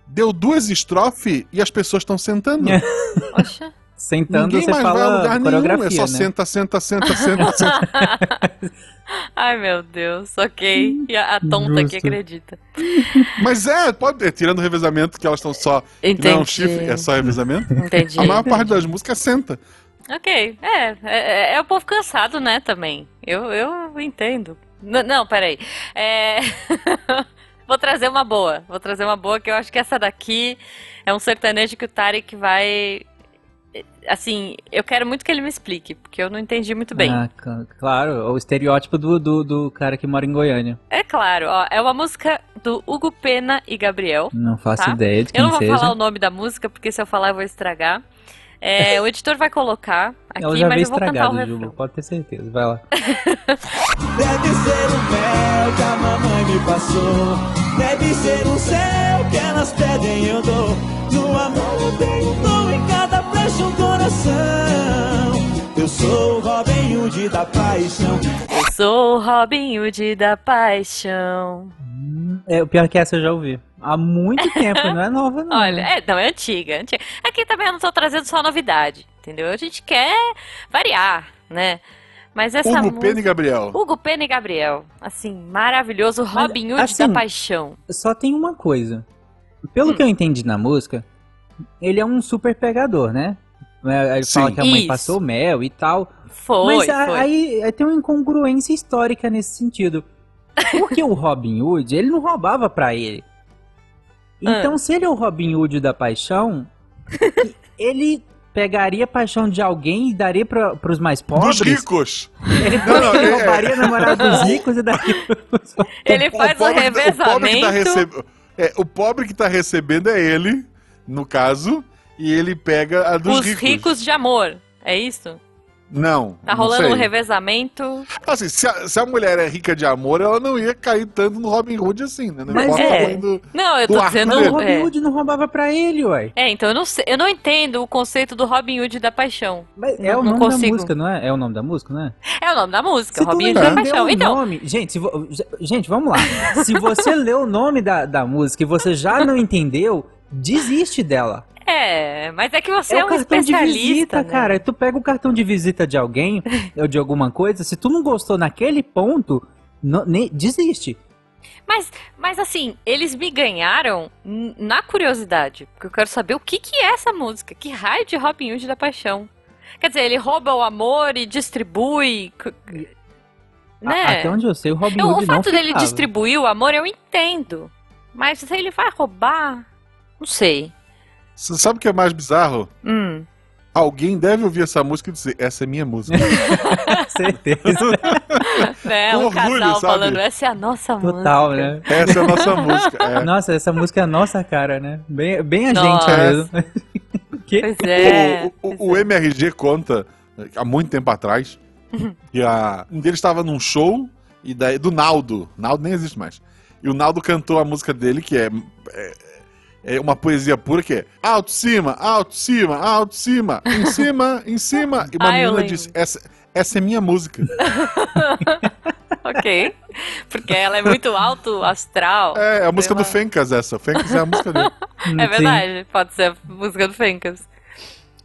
S1: deu duas estrofes e as pessoas estão sentando.
S2: Poxa.
S4: Sentando,
S1: Ninguém
S4: você
S1: mais vai a
S4: fala
S1: lugar nenhum,
S4: coreografia,
S1: é só
S4: né?
S1: senta, senta, senta, senta, senta.
S2: Ai, meu Deus. Ok. E a, a tonta que
S4: Justo.
S2: acredita.
S1: Mas é, pode, é, tirando o revezamento, que elas estão só.
S2: Entendi.
S1: Não, chifre, é só revezamento.
S2: Entendi.
S1: A maior parte das músicas é senta.
S2: Ok, é, é, é o povo cansado, né, também. Eu, eu entendo. N- não, peraí. É... Vou trazer uma boa. Vou trazer uma boa, que eu acho que essa daqui é um sertanejo que o Tarek vai. Assim, eu quero muito que ele me explique, porque eu não entendi muito bem.
S4: Ah, cl- claro, o estereótipo do, do, do cara que mora em Goiânia.
S2: É claro, ó, é uma música do Hugo Pena e Gabriel.
S4: Não faço
S2: Tá.
S4: ideia de quem
S2: Eu não vou
S4: seja.
S2: falar o nome da música, porque se eu falar eu vou estragar. É, o editor vai colocar
S4: Ela
S2: aqui,
S4: já veio
S2: mas eu vou cantar o
S4: estragada,
S2: refrão.
S4: Juba, pode ter certeza. Vai lá.
S6: Deve ser o mel que a mamãe me passou. Deve ser o céu que elas pedem eu dou. No amor eu tenho um dom em cada flecha um coração. Eu sou o Robin Hood da paixão.
S2: Eu sou o Robin Hood da paixão.
S4: É, o pior que essa eu já ouvi. Há muito tempo, não é nova, não.
S2: Olha, é, não, é antiga, é antiga. Aqui também eu não tô trazendo só novidade, entendeu? A gente quer variar, né? Mas essa
S1: Hugo,
S2: música...
S1: Pena e Gabriel.
S2: Hugo Pena e Gabriel. Assim, maravilhoso. Robin Hood
S4: assim,
S2: da paixão.
S4: Só tem uma coisa. Pelo
S2: Hum.
S4: que eu entendi na música, ele é um super pegador, né? É, Ele
S1: Sim.
S4: fala que a mãe
S2: Isso.
S4: passou mel e tal.
S2: Foi,
S4: mas a-
S2: foi.
S4: Aí, aí tem uma incongruência histórica nesse sentido. Porque o Robin Hood, ele não roubava pra ele.
S2: Ah.
S4: Então, se ele é o Robin Hood da paixão, ele pegaria a paixão de alguém e daria pra, pros mais pobres.
S1: Dos ricos.
S4: Ele
S1: Não, não, é-
S4: roubaria a namorada
S2: É.
S4: dos ricos e daria pros
S2: Ele faz o,
S1: pobre que tá-
S2: revezamento.
S1: pobre que tá receb- é, o pobre que tá recebendo é ele, no caso, e ele pega a dos
S2: Os
S1: ricos.
S2: ricos de amor. É isso?
S1: Não.
S2: Tá
S1: não
S2: rolando
S1: sei.
S2: um revezamento.
S1: Assim, se a, se a mulher é rica de amor, ela não ia cair tanto no Robin Hood assim, né? Não
S4: Mas
S1: importa
S2: é.
S1: quando-
S2: Não, eu
S1: Do
S2: tô
S1: arco
S2: dizendo.
S4: Mas o
S1: dele.
S4: Robin
S2: é.
S4: Hood não roubava pra ele, ué.
S2: É, então eu não sei, eu não entendo o conceito do Robin Hood da paixão.
S4: Mas
S2: Não-
S4: é o
S2: não
S4: nome da
S2: consigo.
S4: música, não é? É o nome da música, não é?
S2: É o nome da música,
S4: Se tu
S2: Robin Hood
S4: não
S2: da
S4: entendeu
S2: paixão.
S4: o
S2: Então,
S4: nome, gente, se vo- gente, vamos lá. Se você leu o nome da, da música e você já não entendeu, desiste dela.
S2: é, mas é que você é,
S4: o
S2: um
S4: cartão de
S2: especialista,
S4: visita,
S2: né?
S4: cara. Tu pega o cartão de visita de alguém ou de alguma coisa, se tu não gostou naquele ponto, não- nem- desiste.
S2: Mas, mas assim, eles me ganharam n- na curiosidade, porque eu quero saber o que que é essa música, que raio de Robin Hood da paixão. Quer dizer, ele rouba o amor e distribui, c- c-
S4: A-
S2: né?
S4: até onde eu sei, o Robin
S2: Eu-
S4: Hood
S2: o fato
S4: não
S2: dele
S4: ficava.
S2: distribuir o amor eu entendo, mas se ele vai roubar, não sei.
S1: S- Sabe o que é mais bizarro?
S2: Hum.
S1: Alguém deve ouvir essa música e dizer, essa é minha música.
S4: Certeza.
S2: É,
S1: Com
S2: um
S1: orgulho,
S2: casal
S1: sabe?
S2: falando, essa é a nossa
S4: Total,
S2: música.
S4: né?
S1: essa é a nossa música. É.
S4: Nossa, essa música é a nossa cara, né? Bem, bem a
S2: Nossa. É
S4: gente mesmo.
S2: Pois é.
S1: O- o, o MRG conta, há muito tempo atrás, que a, um deles estava num show e daí, do Naldo. Naldo nem existe mais. E o Naldo cantou a música dele, que é, é, é uma poesia pura, que é alto, cima, alto, cima, alto, cima, em cima, em cima. E uma
S2: Ah,
S1: menina
S2: eu lembro.
S1: disse, essa, essa é minha música.
S2: ok. Porque ela é muito alto astral.
S1: É, é a música
S2: Sei
S1: do
S2: lá.
S1: Fencas essa. O Fencas é a música dele.
S2: É verdade, pode ser a música do Fencas.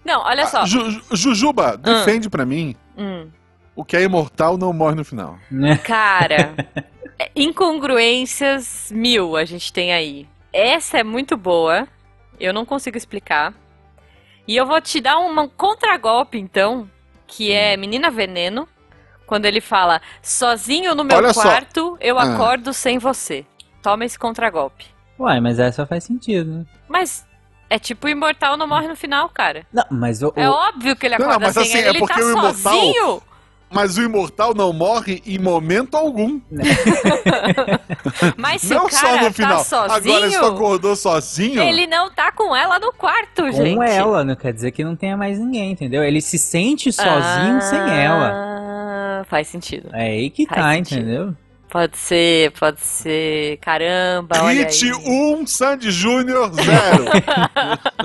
S2: Não, olha só. Ah.
S1: Ah, Ju- Ju- Jujuba, defende pra mim
S2: Hum,
S1: o que é imortal não morre no final.
S4: Né?
S2: cara, é, incongruências mil a gente tem aí. Essa é muito boa, eu não consigo explicar. E eu vou te dar um contragolpe, então, que é
S1: Hum.
S2: Menina Veneno, quando ele fala: Sozinho no meu
S1: Olha só.
S2: quarto, eu
S1: Ah.
S2: acordo sem você. Toma esse contragolpe.
S4: Uai, mas essa faz sentido, né?
S2: Mas é tipo imortal não morre no final, cara.
S4: Não, mas o, o-
S2: É óbvio que ele
S1: Não, não,
S2: acorda
S1: mas
S2: sem
S1: assim,
S2: ele,
S1: é
S2: ele tá
S1: porque o imortal-
S2: sozinho.
S1: Mas o imortal não morre em momento algum.
S2: Mas se
S1: não
S2: o cara
S1: só no final.
S2: tá sozinho,
S1: Agora se tu acordou sozinho.
S2: ele não tá com ela no quarto,
S4: com
S2: gente.
S4: ela, não quer dizer que não tenha mais ninguém, entendeu? Ele se sente sozinho
S2: Ah,
S4: sem ela.
S2: Faz sentido.
S4: É aí que
S2: Faz
S4: tá,
S2: sentido.
S4: entendeu?
S2: Pode ser, pode ser. Caramba, olha
S1: Hit
S2: aí.
S1: 1, Sandy Júnior 0.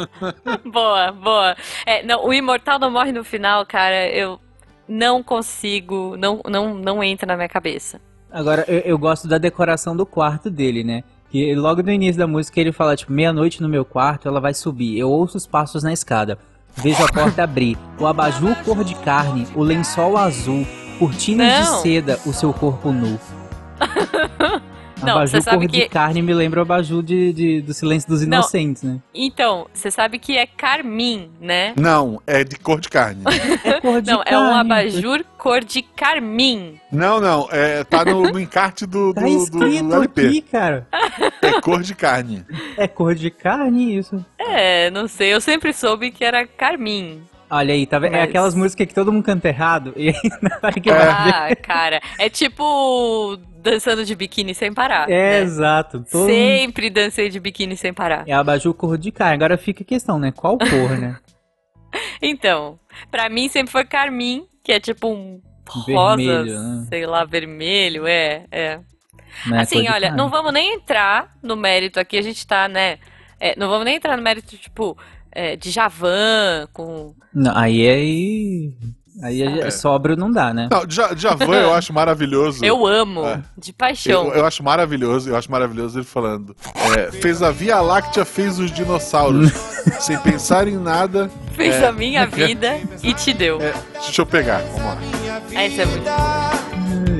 S2: Boa, boa. É, não, o imortal não morre no final, cara. Eu não consigo, não, não, não entra na minha cabeça.
S4: Agora, eu, eu gosto da decoração do quarto dele, né? Que logo no início da música ele fala, tipo, meia-noite no meu quarto, ela vai subir. Eu ouço os passos na escada. Vejo a porta abrir. O abajur cor de carne, o lençol azul, cortinas
S2: Não.
S4: de seda, o seu corpo nu.
S2: Não,
S4: abajur
S2: você sabe
S4: cor de
S2: que-
S4: carne me lembra o abajur de, de- do Silêncio dos
S2: Não.
S4: Inocentes, né?
S2: Então, você sabe que é carmim, né?
S1: Não, é de cor de carne.
S4: É cor de
S2: Não, é um
S4: carne.
S2: abajur cor de carmim.
S1: Não, não, é, tá no, no encarte do, do,
S4: Tá
S1: do- do
S4: escrito
S1: LP.
S4: aqui, cara.
S1: É cor de carne.
S4: É cor de carne isso.
S2: É, não sei, eu sempre soube que era carmim.
S4: Olha aí, tá vendo? É
S2: Mas-
S4: aquelas músicas que todo mundo canta errado. E aí, na hora que vai ver-
S2: Ah, cara, é tipo dançando de biquíni sem parar.
S4: É,
S2: né?
S4: exato. Todo mundo-
S2: Sempre dancei de biquíni sem parar.
S4: É abajur cor de carne. Agora fica a questão, né? Qual cor, né?
S2: Então, pra mim sempre foi carmim, que é tipo um rosa,
S4: Vermelho, né?
S2: sei lá, vermelho, é, é.
S4: Não é cor
S2: assim,
S4: de
S2: olha,
S4: carne.
S2: não vamos nem entrar no mérito aqui, a gente tá, né? é, não vamos nem entrar no mérito, tipo, é, de Javan, com.
S4: Não, aí aí. Aí é- sóbrio não dá, né?
S1: Não, Ja- Djavan eu acho maravilhoso.
S2: Eu amo,
S1: É.
S2: de paixão.
S1: Eu, eu acho maravilhoso, eu acho maravilhoso ele falando. é, fez a Via Láctea, fez os dinossauros. sem pensar em nada.
S2: Fez
S1: é,
S2: a minha vida e te deu.
S1: é, deixa eu pegar, vamos lá.
S2: Essa é muito.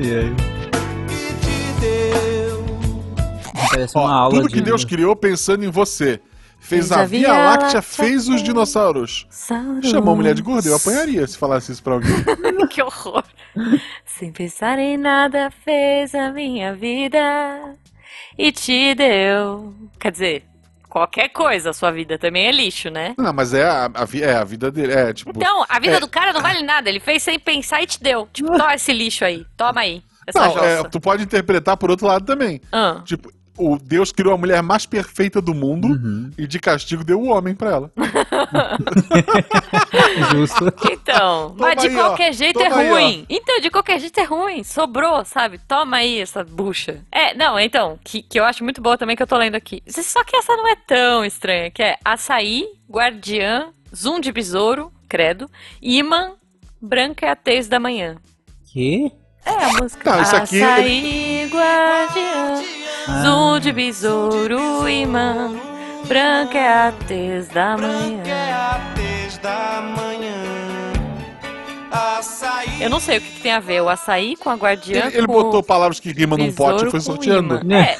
S4: Parece uma
S1: Ó,
S4: aula
S1: tudo que
S4: de-
S1: Deus criou pensando em você. Fez
S2: Fez
S1: a
S2: a
S1: Via
S2: Via
S1: Láctea,
S2: Láctea,
S1: fez os dinossauros. Chamou a mulher de gorda, eu apanharia se falasse isso pra alguém.
S2: que horror. Sem pensar em nada, fez a minha vida e te deu. Quer dizer, qualquer coisa, a sua vida também é lixo, né?
S1: Não, mas é a, a vi- é a vida dele. É, tipo.
S2: Então, a vida
S1: É.
S2: do cara não vale nada, ele fez sem pensar e te deu. Tipo, toma esse lixo aí, toma aí, essa
S1: não,
S2: jossa.
S1: é, tu pode interpretar por outro lado também.
S2: Ah,
S1: Tipo, o Deus criou a mulher mais perfeita do mundo
S4: Uhum.
S1: e de castigo deu o homem pra ela.
S4: Justo.
S2: Então,
S1: Toma
S2: mas de
S1: aí, ó.
S2: qualquer jeito
S1: Toma aí,
S2: é
S1: ó.
S2: ruim. então, de qualquer jeito é ruim. Sobrou, sabe? Toma aí essa bucha. É, não, então, que, que eu acho muito boa também que eu tô lendo aqui. Só que essa não é tão estranha, que é açaí, guardiã, zoom de besouro, credo, imã, branca é a tez da manhã.
S4: Que?
S2: É a música.
S1: Não, Tá, isso aqui-
S2: Açaí, guardiã,
S6: Ah.
S2: zoom de besouro, imã, branca é a tez da manhã.
S6: é a três da manhã. Açaí.
S2: Eu não sei o que, que tem a ver o açaí com a guardiã.
S1: Ele, ele
S2: com
S1: botou palavras que rimam num
S2: besouro
S1: pote e foi
S2: com
S1: sorteando.
S2: imã. É,
S4: Né?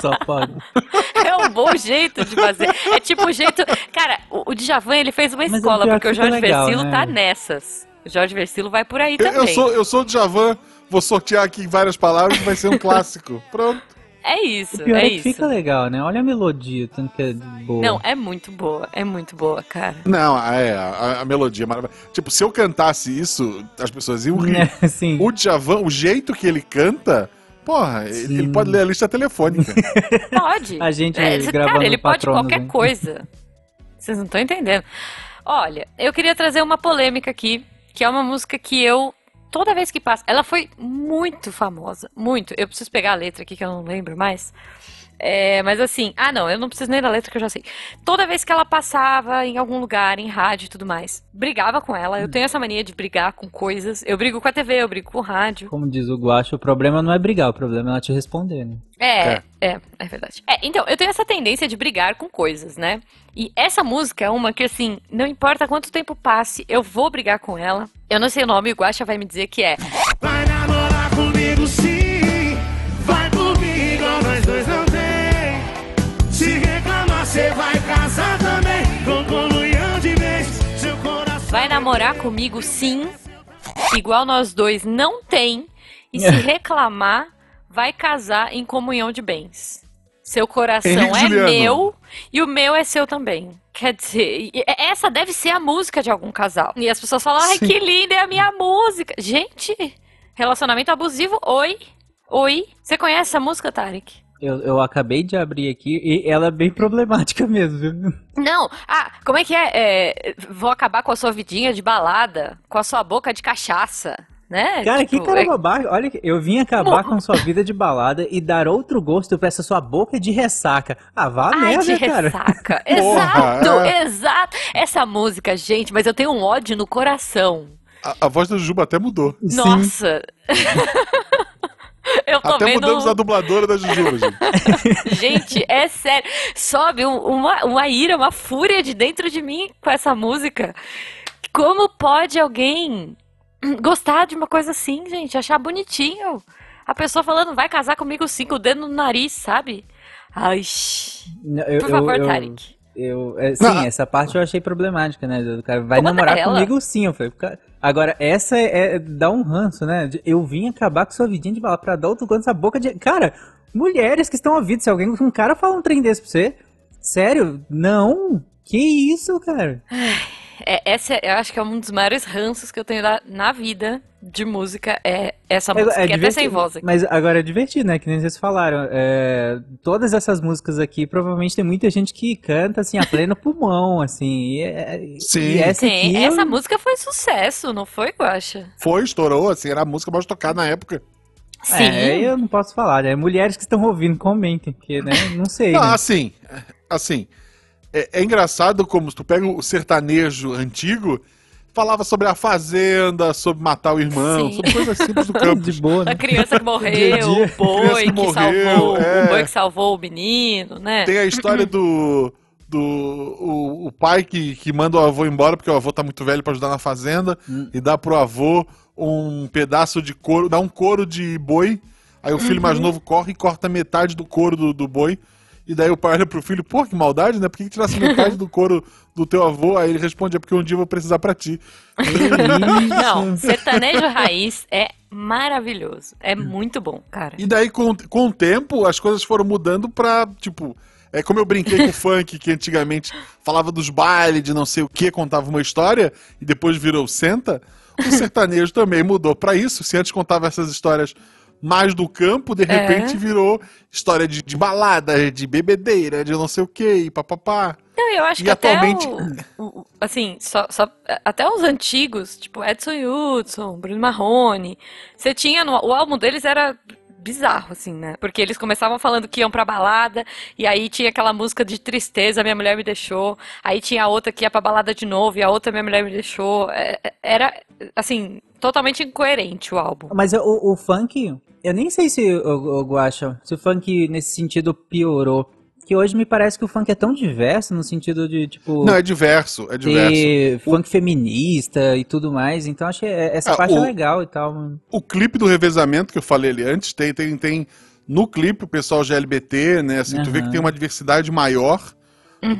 S4: Só pode.
S2: é um bom jeito de fazer. É tipo o jeito. Cara, o, o Djavan ele fez uma
S4: Mas é
S2: escola,
S4: pior
S2: porque
S4: que
S2: o
S4: fica
S2: Jorge
S4: legal,
S2: Versilo
S4: né?
S2: tá nessas. O Jorge Versilo vai por aí
S1: Eu, eu
S2: também.
S1: sou, eu sou o Djavan, vou sortear aqui várias palavras, vai ser um clássico. Pronto.
S2: É isso,
S4: O pior é,
S2: é
S4: que
S2: isso.
S4: fica legal, né? Olha a melodia, tanto que é boa.
S2: Não, é muito boa, é muito boa, cara.
S1: Não, é, a, a melodia é maravilhosa. Tipo, se eu cantasse isso, as pessoas iam
S2: Né?
S1: rir.
S4: é. Sim.
S1: O Djavan, o jeito que ele canta, porra, ele,
S4: Sim.
S1: ele pode ler a lista telefônica.
S2: Pode.
S4: A gente
S2: É, cê-
S4: gravando um né?
S2: cara, ele pode
S4: Patronos,
S2: qualquer
S4: hein?
S2: coisa. Vocês não estão entendendo. Olha, eu queria trazer uma polêmica aqui, que é uma música que eu, toda vez que passa, ela foi muito famosa, muito. Eu preciso pegar a letra aqui que eu não lembro mais. É, mas assim, ah não, eu não preciso nem da letra que eu já sei. Toda vez que ela passava em algum lugar, em rádio e tudo mais, brigava com ela.
S4: Hum.
S2: Eu tenho essa mania de brigar com coisas. Eu brigo com a TV, eu brigo com o rádio.
S4: Como diz o Guacho, o problema não é brigar, o problema é ela te responder, né?
S2: É, é, é verdade. É, então, eu tenho essa tendência de brigar com coisas, né? E essa música é uma que, assim, não importa quanto tempo passe, eu vou brigar com ela. Eu não sei o nome, o Guaxa vai me dizer que é.
S6: Vai namorar comigo sim, vai comigo, nós dois não tem. Se reclamar, cê vai casar também, com comunhão de vez, seu coração.
S2: Vai namorar comigo sim, igual nós dois não tem, e se reclamar, vai casar em comunhão de bens. Seu coração
S1: Henrique
S2: é
S1: Juliano.
S2: meu e o meu é seu também. Quer dizer, e- e- essa deve ser a música de algum casal. E as pessoas falam, ai,
S1: Sim.
S2: que linda é a minha música. Gente, relacionamento abusivo, oi, oi. Você conhece essa música, Tarek?
S4: Eu, eu acabei de abrir aqui e ela é bem problemática mesmo, viu?
S2: Não, ah, como é que é? É, Vou acabar com a sua vidinha de balada, com a sua boca de cachaça, né?
S4: Cara, que
S2: Tipo,
S4: cara
S2: é-
S4: babaca. Olha, que- eu vim acabar com sua vida de balada e dar outro gosto pra essa sua boca de ressaca. Ah, vá a
S2: Ai,
S4: merda,
S2: de
S4: cara.
S2: ressaca.
S1: Porra,
S2: exato,
S1: é.
S2: exato. Essa música, gente, mas eu tenho um ódio no coração.
S1: A, a voz do Juba até mudou.
S4: Sim.
S2: Nossa. eu tô
S1: Até
S2: vendo.
S1: mudamos a dubladora da Jujuba, gente.
S2: Gente, é sério. Sobe um- uma, uma ira, uma fúria de dentro de mim com essa música. Como pode alguém gostar de uma coisa assim, gente? Achar bonitinho. A pessoa falando, vai casar comigo sim, com o dedo no nariz, sabe? Ai, shh.
S4: Não, eu-
S2: por favor,
S4: eu, eu,
S2: Tarek.
S4: eu- é, sim,
S1: Não, a-
S4: essa parte eu achei problemática, né? do cara, vai
S2: Como
S4: namorar
S2: ela?
S4: comigo sim, eu falei. cara, Agora, essa é, é- dá um ranço, né? de- Eu vim acabar com sua vidinha de bala pra dar outro quanto essa boca de. Cara, mulheres que estão ouvindo, se alguém, um cara fala um trem desse pra você, sério? Não! Que isso, cara?
S2: É, essa, é- eu acho que é um dos maiores ranços que eu tenho da- na vida de música, é essa
S4: É-
S2: música.
S4: é
S2: Fiquei até sem
S4: divertido,
S2: voz aqui.
S4: Mas agora é divertido, né? Que nem vocês falaram. é, todas essas músicas aqui, provavelmente tem muita gente que canta assim, a pleno pulmão, assim. E, é-
S1: Sim.
S4: e essa
S2: Sim,
S4: aqui.
S2: essa
S4: eu-
S2: música foi sucesso, não foi, Guaxa?
S1: Foi, estourou, assim, era a música mais tocada na época.
S2: Sim.
S4: É, eu não posso falar, né? Mulheres que estão ouvindo, comentem, porque, né? Não sei.
S1: Ah,
S4: né?
S1: assim, assim, é, é engraçado como se tu pega o sertanejo antigo, falava sobre a fazenda, sobre matar o irmão,
S2: Sim.
S1: sobre coisas é simples do campo.
S4: De boa, né?
S2: A criança que
S4: Dia a
S2: morreu,
S4: dia.
S2: o boi
S1: Criança
S2: que,
S1: que
S2: salvou,
S1: morreu, é.
S2: o boi que salvou o menino, né?
S1: Tem a história do, do o, o pai que, que manda o avô embora, porque o avô tá muito velho pra ajudar na fazenda, e dá pro avô um pedaço de couro, dá um couro de boi, aí o filho mais novo corre e corta metade do couro do, do boi, e daí o pai olha pro filho, pô, que maldade, né? Por que, que tirasse metade do couro do teu avô? Aí ele responde, é porque um dia eu vou precisar pra ti.
S2: Não, sertanejo raiz é maravilhoso. É muito bom, cara.
S1: E daí, com, com o tempo, as coisas foram mudando pra, tipo... É como eu brinquei com o funk, que antigamente falava dos bailes, de não sei o que, contava uma história, e depois virou senta. O sertanejo também mudou pra isso. Se antes contava essas histórias mais do campo, de
S2: É.
S1: repente virou história de, de balada, de bebedeira, de não sei o que, e papapá.
S2: Não, eu acho
S1: e
S2: que
S1: atualmente-
S2: até o, o- o- assim, só, só- até os antigos, tipo Edson Hudson, Bruno Marrone, você tinha no- o álbum deles era bizarro assim, né? Porque eles começavam falando que iam pra balada e aí tinha aquela música de tristeza, minha mulher me deixou, aí tinha a outra que ia pra balada de novo e a outra minha mulher me deixou, É, é, era assim, totalmente incoerente o álbum.
S4: Mas o, o funk, eu nem sei se o Guacha, se o funk nesse sentido piorou. Que hoje me parece que o funk é tão diverso no sentido de, tipo,
S1: Não, é diverso, é diverso.
S4: ter funk feminista e tudo mais. Então achei é- essa
S1: Ah,
S4: parte é
S1: o-
S4: legal e tal. mano.
S1: O clipe do revezamento que eu falei ali antes, tem, tem, tem no clipe o pessoal GLBT, né? Assim, tu vê
S4: Aham. Uhum.
S1: que tem uma diversidade maior,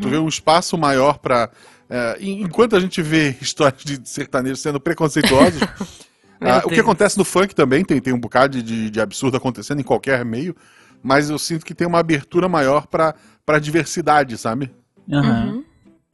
S1: tu vê um espaço maior pra. eh, en- enquanto a gente vê histórias de sertanejos sendo preconceituosos, ah, o que acontece no funk também, tem, tem um bocado de- de, de absurdo acontecendo em qualquer meio, mas eu sinto que tem uma abertura maior pra, pra diversidade, sabe?
S4: Aham.
S2: Uhum.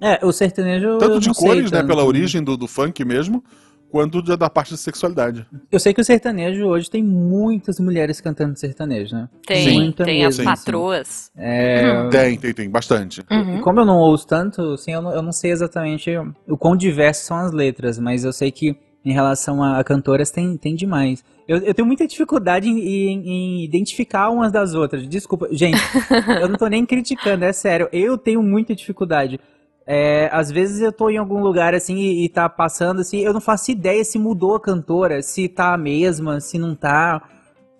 S4: É, o sertanejo. eu
S1: Tanto de
S4: não sei,
S1: cores, né,
S4: tanto-
S1: pela origem do, do funk mesmo, quanto da, da parte da sexualidade.
S4: Eu sei que o sertanejo hoje tem muitas mulheres cantando sertanejo, né?
S2: Tem,
S4: Muita
S2: tem as
S4: mesmo, assim.
S2: patroas.
S4: É.
S1: Tem, tem, tem, bastante.
S2: Uhum.
S4: E como eu não ouço tanto, assim, eu não, eu não sei exatamente o quão diversas são as letras, mas eu sei que em relação a, a cantoras tem, tem demais. Eu, eu tenho muita dificuldade em, em- em identificar umas das outras. Desculpa, gente, eu não tô nem criticando, é sério. Eu tenho muita dificuldade. É, às vezes eu tô em algum lugar assim e, e tá passando assim, eu não faço ideia se mudou a cantora, se tá a mesma, se não tá.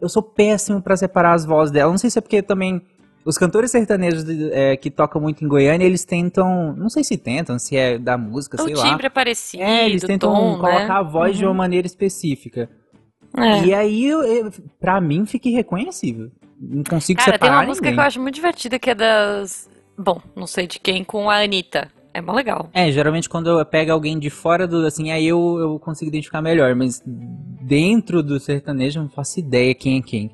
S4: Eu sou péssimo pra separar as vozes dela. Não sei se é porque também os cantores sertanejos de- é, que tocam muito em Goiânia, eles tentam, não sei se tentam, se é da música,
S2: O
S4: sei lá.
S2: timbre é parecido,
S4: É, eles tentam
S2: tom, né?
S4: colocar a voz de uma
S2: Uhum.
S4: maneira específica.
S2: É.
S4: E aí, eu, eu- pra mim, fica irreconhecível. Não consigo
S2: Cara, tem
S4: separar
S2: uma música que eu
S4: ninguém.
S2: acho muito divertida que é das. Bom, não sei de quem, com a Anitta. É mó legal.
S4: É, geralmente quando eu pego alguém de fora do, assim, aí eu, eu consigo identificar melhor, mas dentro do sertanejo eu não faço ideia quem é quem.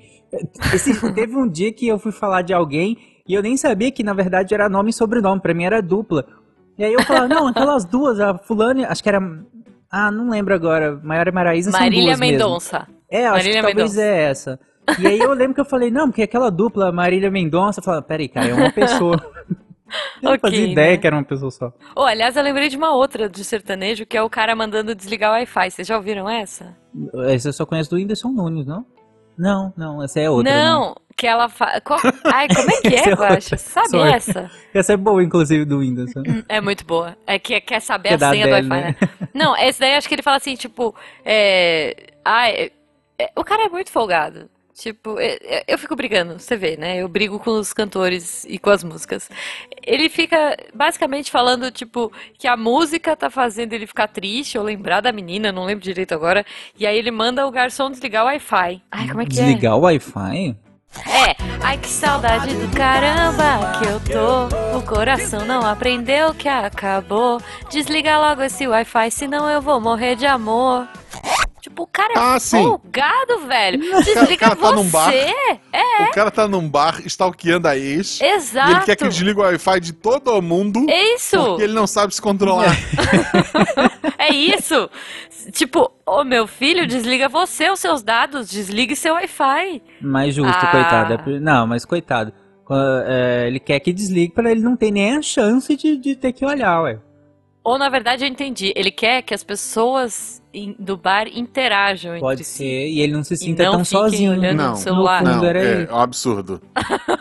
S4: Esse- teve um dia que eu fui falar de alguém e eu nem sabia que na verdade era nome e sobrenome, pra mim era dupla. E aí eu falava, não, aquelas duas, a fulana, acho que era, ah, não lembro agora, Maiara e Maraísa são
S2: Marília
S4: duas mesmo.
S2: Mendonça.
S4: É, acho
S2: Marília
S4: que talvez
S2: Mendonça.
S4: é essa. E aí eu lembro que eu falei, não, porque aquela dupla Marília Mendonça, eu falava, peraí, cara, é uma pessoa. Eu não
S2: Ok,
S4: fazia ideia
S2: né?
S4: que era uma pessoa só.
S2: Oh, aliás, eu lembrei de uma outra de sertanejo, que é o cara mandando desligar o Wi-Fi. Vocês já ouviram essa?
S4: Essa eu só conheço do Whindersson Nunes, não? Não, não, essa é outra. né?
S2: não, que ela faz. Ai, como é que é,
S4: Essa é outra.
S2: Guaxa? Sabe
S4: Sorry.
S2: essa?
S4: Essa é boa, inclusive, do Whindersson.
S2: É muito boa. É que quer saber
S4: Que é
S2: a
S4: da
S2: senha
S4: Adele,
S2: do Wi-Fi, né? Não, esse daí acho que ele fala assim, tipo, é... Ah, é- é- o cara é muito folgado. Tipo, e- e- eu fico brigando, você vê, né? Eu brigo com os cantores e com as músicas. Ele fica basicamente falando, tipo, que a música tá fazendo ele ficar triste ou lembrar da menina, não lembro direito agora. E aí ele manda o garçom desligar o Wi-Fi. Ai, como é que é?
S4: Desligar o Wi-Fi?
S2: É, ai que saudade do caramba que eu tô. O coração não aprendeu que acabou. Desliga logo esse Wi-Fi, senão eu vou morrer de amor. Tipo, o cara é
S1: Ah, sim.
S2: folgado, velho. Desliga
S1: cara tá num bar.
S2: você. É,
S1: O cara tá num bar stalkeando a ex. E ele quer que
S2: exato.
S1: desliga o Wi-Fi de todo mundo.
S2: É isso.
S1: Porque ele não sabe se controlar.
S2: É isso. Tipo, ô meu filho, desliga você os seus dados, desligue seu Wi-Fi.
S4: Mais justo,
S2: Ah.
S4: coitado. É por- Não, mas coitado. Quan- é, ele quer que desligue pra ele não ter nem a chance de, de ter que olhar, ué.
S2: Ou na verdade eu entendi, ele quer que as pessoas em- do bar interajam entre
S4: Pode
S2: si.
S4: ser. E ele não se
S2: E
S4: sinta
S2: não
S4: tão
S2: fiquem
S4: sozinho.
S2: olhando
S4: No
S2: no
S1: Não,
S2: celular.
S4: fundo
S1: Não,
S4: era
S1: é,
S4: ele.
S1: é um absurdo.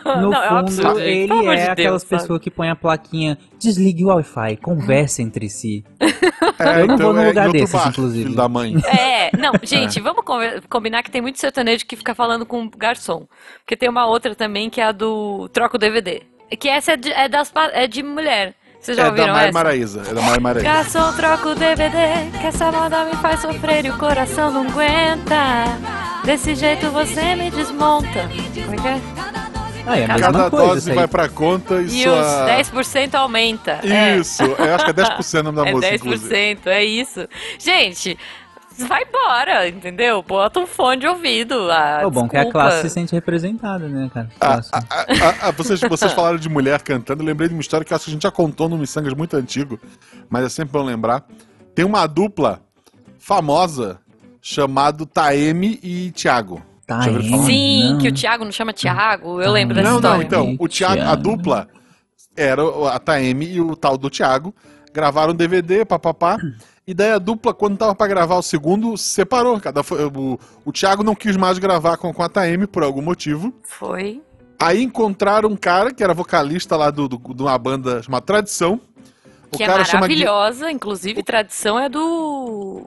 S4: No
S2: Não, é um
S4: fundo,
S2: absurdo, gente.
S4: ele
S2: Pelo amor de
S4: é
S2: Deus,
S4: aquelas
S2: sabe?
S4: pessoas que põem a plaquinha desligue o Wi-Fi, conversa entre si.
S1: É,
S4: Eu não vou num
S1: é em
S4: lugar
S1: outro
S4: desses, inclusive.
S1: Filho da mãe.
S2: É, não, gente, vamos conver- combinar que tem muito sertanejo que fica falando com o garçom. Porque tem uma outra também que é a do Troca o DVD. Que essa é de, é das, pa- é de mulher. Vocês já
S1: É da
S2: ouviram
S1: Mari
S2: essa?
S1: Maraíza. É da Mari Maraíza.
S2: Garçom, troca o DVD, que essa moda me faz sofrer e o coração não aguenta. Desse jeito você me desmonta. Como é que é?
S4: Ah, é a mesma
S1: Cada
S4: coisa.
S1: dose
S4: isso aí.
S1: vai pra conta e,
S2: E
S1: sua...
S2: os 10% aumenta. É.
S1: Isso, eu acho que é 10% o nome da
S2: É
S1: música,
S2: 10%,
S1: inclusive.
S2: é isso. Gente, vai embora, entendeu? Bota um fone de ouvido. A
S4: É o bom que a
S2: desculpa.
S4: classe se sente representada, né, cara?
S1: Ah,
S4: Classe.
S1: ah, ah, ah, ah, vocês, vocês falaram de mulher cantando, eu lembrei de uma história que eu acho que a gente já contou num Missangas muito antigo, mas é sempre bom lembrar. Tem uma dupla famosa chamado Taeme e Thiago.
S4: Tá
S1: deixa eu ver
S4: aí,
S1: falar.
S2: Sim,
S4: não.
S2: que o Thiago não chama Thiago, eu lembro dessa
S1: Ah. Tá. Não, não,
S2: história.
S1: então, o Thiago, a
S4: Thiago.
S1: dupla era o- a Taeme e o tal do Thiago, gravaram um DVD, papapá, e daí a dupla, quando tava pra gravar o segundo, se separou. Cada, foi- o, o Thiago não quis mais gravar com, com a Taeme por algum motivo.
S2: Foi.
S1: Aí encontraram um cara que era vocalista lá do, do- de uma banda chamada Tradição. O
S2: que é
S1: cara chama Gui-
S2: maravilhosa, inclusive, tradição é do,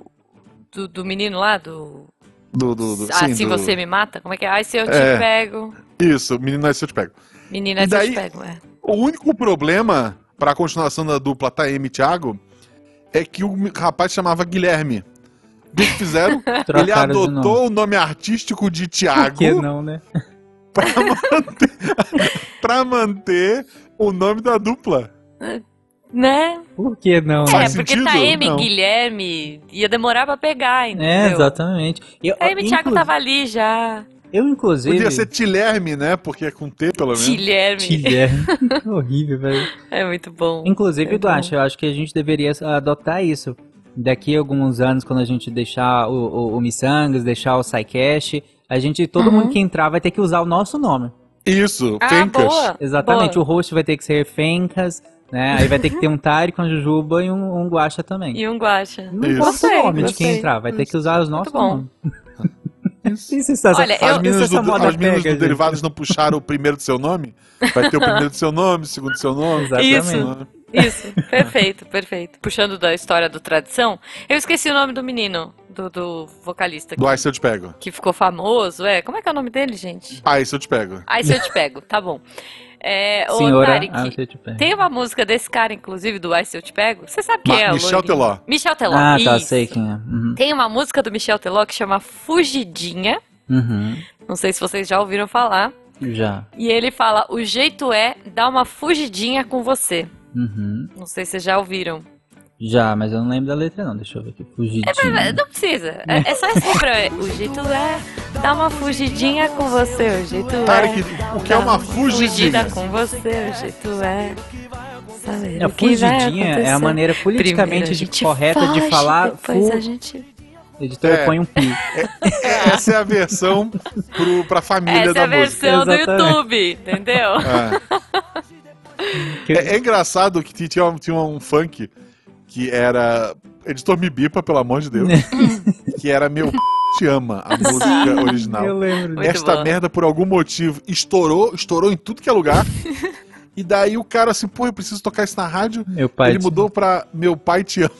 S2: do. do menino lá, do.
S1: do, do, do,
S2: ah,
S1: sim,
S2: se
S1: do-
S2: você me mata? Como é que é? Ai, se eu te
S1: É.
S2: pego.
S1: Isso, menino, é se eu te pego.
S2: Menina,
S1: E
S2: se eu te
S1: daí-
S2: pego, é.
S1: O único problema pra continuação da dupla Taeme e Thiago é que o mi- rapaz chamava Guilherme. O que que fizeram? Ele
S4: Trocaram de nome.
S1: adotou o nome artístico de Thiago
S4: Que não, né?
S1: pra manter, pra manter o nome da dupla.
S2: Né?
S4: Por que não?
S2: É,
S1: Faz
S2: porque
S1: sentido?
S2: Taeme
S1: Não.
S2: Guilherme ia demorar pra pegar,
S4: É,
S2: entendeu?
S4: exatamente. Eu,
S2: Taeme e Thiago
S4: inclu-
S2: tava ali já.
S4: Eu, inclusive.
S1: Podia ser Tilerme, né? Porque é com T, pelo menos.
S2: Guilherme.
S4: Guilherme. Horrível, velho.
S2: É muito bom.
S4: Inclusive,
S2: Então-
S4: Guaxa, eu acho que a gente deveria adotar isso. Daqui a alguns anos, quando a gente deixar o, o, o Missangas, deixar o SciCash, a gente, todo mundo
S2: Uhum.
S4: que entrar vai ter que usar o nosso nome.
S1: Isso,
S2: Ah,
S1: Fencas.
S2: boa.
S4: Exatamente.
S2: boa.
S4: O host vai ter que ser Fencas, né? Aí vai ter que ter um Tarek, um Jujuba e um, um Guaxa também.
S2: E um guacha.
S4: Não
S1: Isso.
S4: importa
S2: Gostei,
S4: o nome de quem
S2: gostei.
S4: entrar, vai ter que usar os nossos
S2: Muito bom.
S4: nomes. Isso, isso, essa-
S2: Olha,
S1: As
S2: eu-
S1: meninas,
S4: isso, essa
S1: do,
S4: moda
S1: as meninas
S4: pega,
S1: do Derivados não puxaram o primeiro do seu nome? Vai ter o primeiro do seu nome, o segundo do seu nome.
S4: Exatamente.
S2: Isso. Isso, perfeito, perfeito. Puxando da história do tradição, eu esqueci o nome do menino, do, do vocalista,
S1: Do Ai, se eu te pego.
S2: que ficou famoso. É, como é que é o nome dele, gente?
S1: Ai, se eu te pego.
S2: Ai, se eu te pego, tá bom. É,
S4: gente.
S2: ô,
S4: Senhora,
S2: Tarek,
S4: ah, você te pega.
S2: tem uma música desse cara, inclusive, do Ai, se eu te pego? Você sabe quem
S1: Ma-
S2: é, o
S1: Michel
S2: loirinho?
S1: Teló.
S2: Michel Teló,
S4: Ah, tá,
S2: isso.
S4: sei quem é. Uhum.
S2: Tem uma música do Michel Teló que chama Fugidinha,
S4: Uhum.
S2: não sei se vocês já ouviram falar,
S4: Já.
S2: e ele fala, o jeito é dar uma fugidinha com você.
S4: Uhum.
S2: Não sei se vocês já ouviram.
S4: Já, mas eu não lembro da letra não, deixa eu ver aqui. Fugidinho.
S2: É, Não precisa. É, é só esse refrão. O jeito é dar uma fugidinha com você. O jeito
S1: Tarek,
S2: é.
S1: o que é uma fugidinha?
S2: Fugida com você. O jeito é. Saber
S4: É,
S2: o que vai
S4: fugidinha é a
S2: acontecer.
S4: maneira
S2: Primeiro
S4: politicamente
S2: a
S4: de-
S2: gente
S4: correta de
S2: foge,
S4: falar
S2: Depois
S4: fu-
S2: a gente.
S4: Editora
S1: É.
S4: põe um pi.
S1: É, essa é a versão pro, pra família
S2: Essa é
S1: da
S2: a
S1: música.
S2: versão do
S4: Exatamente.
S2: YouTube, entendeu?
S1: É.
S4: Que-
S1: É, é engraçado que tinha, um- tinha um funk que era. Editor me bipa, pelo amor de Deus. que era Meu c... Te Ama, a música original.
S4: Eu lembro.
S2: Muito
S1: Esta
S2: boa.
S1: merda, por algum motivo, estourou, estourou em tudo que é lugar. E daí o cara assim, pô, eu preciso tocar isso na rádio.
S4: Meu pai
S1: Ele
S4: te-
S1: mudou pra Meu Pai Te Ama.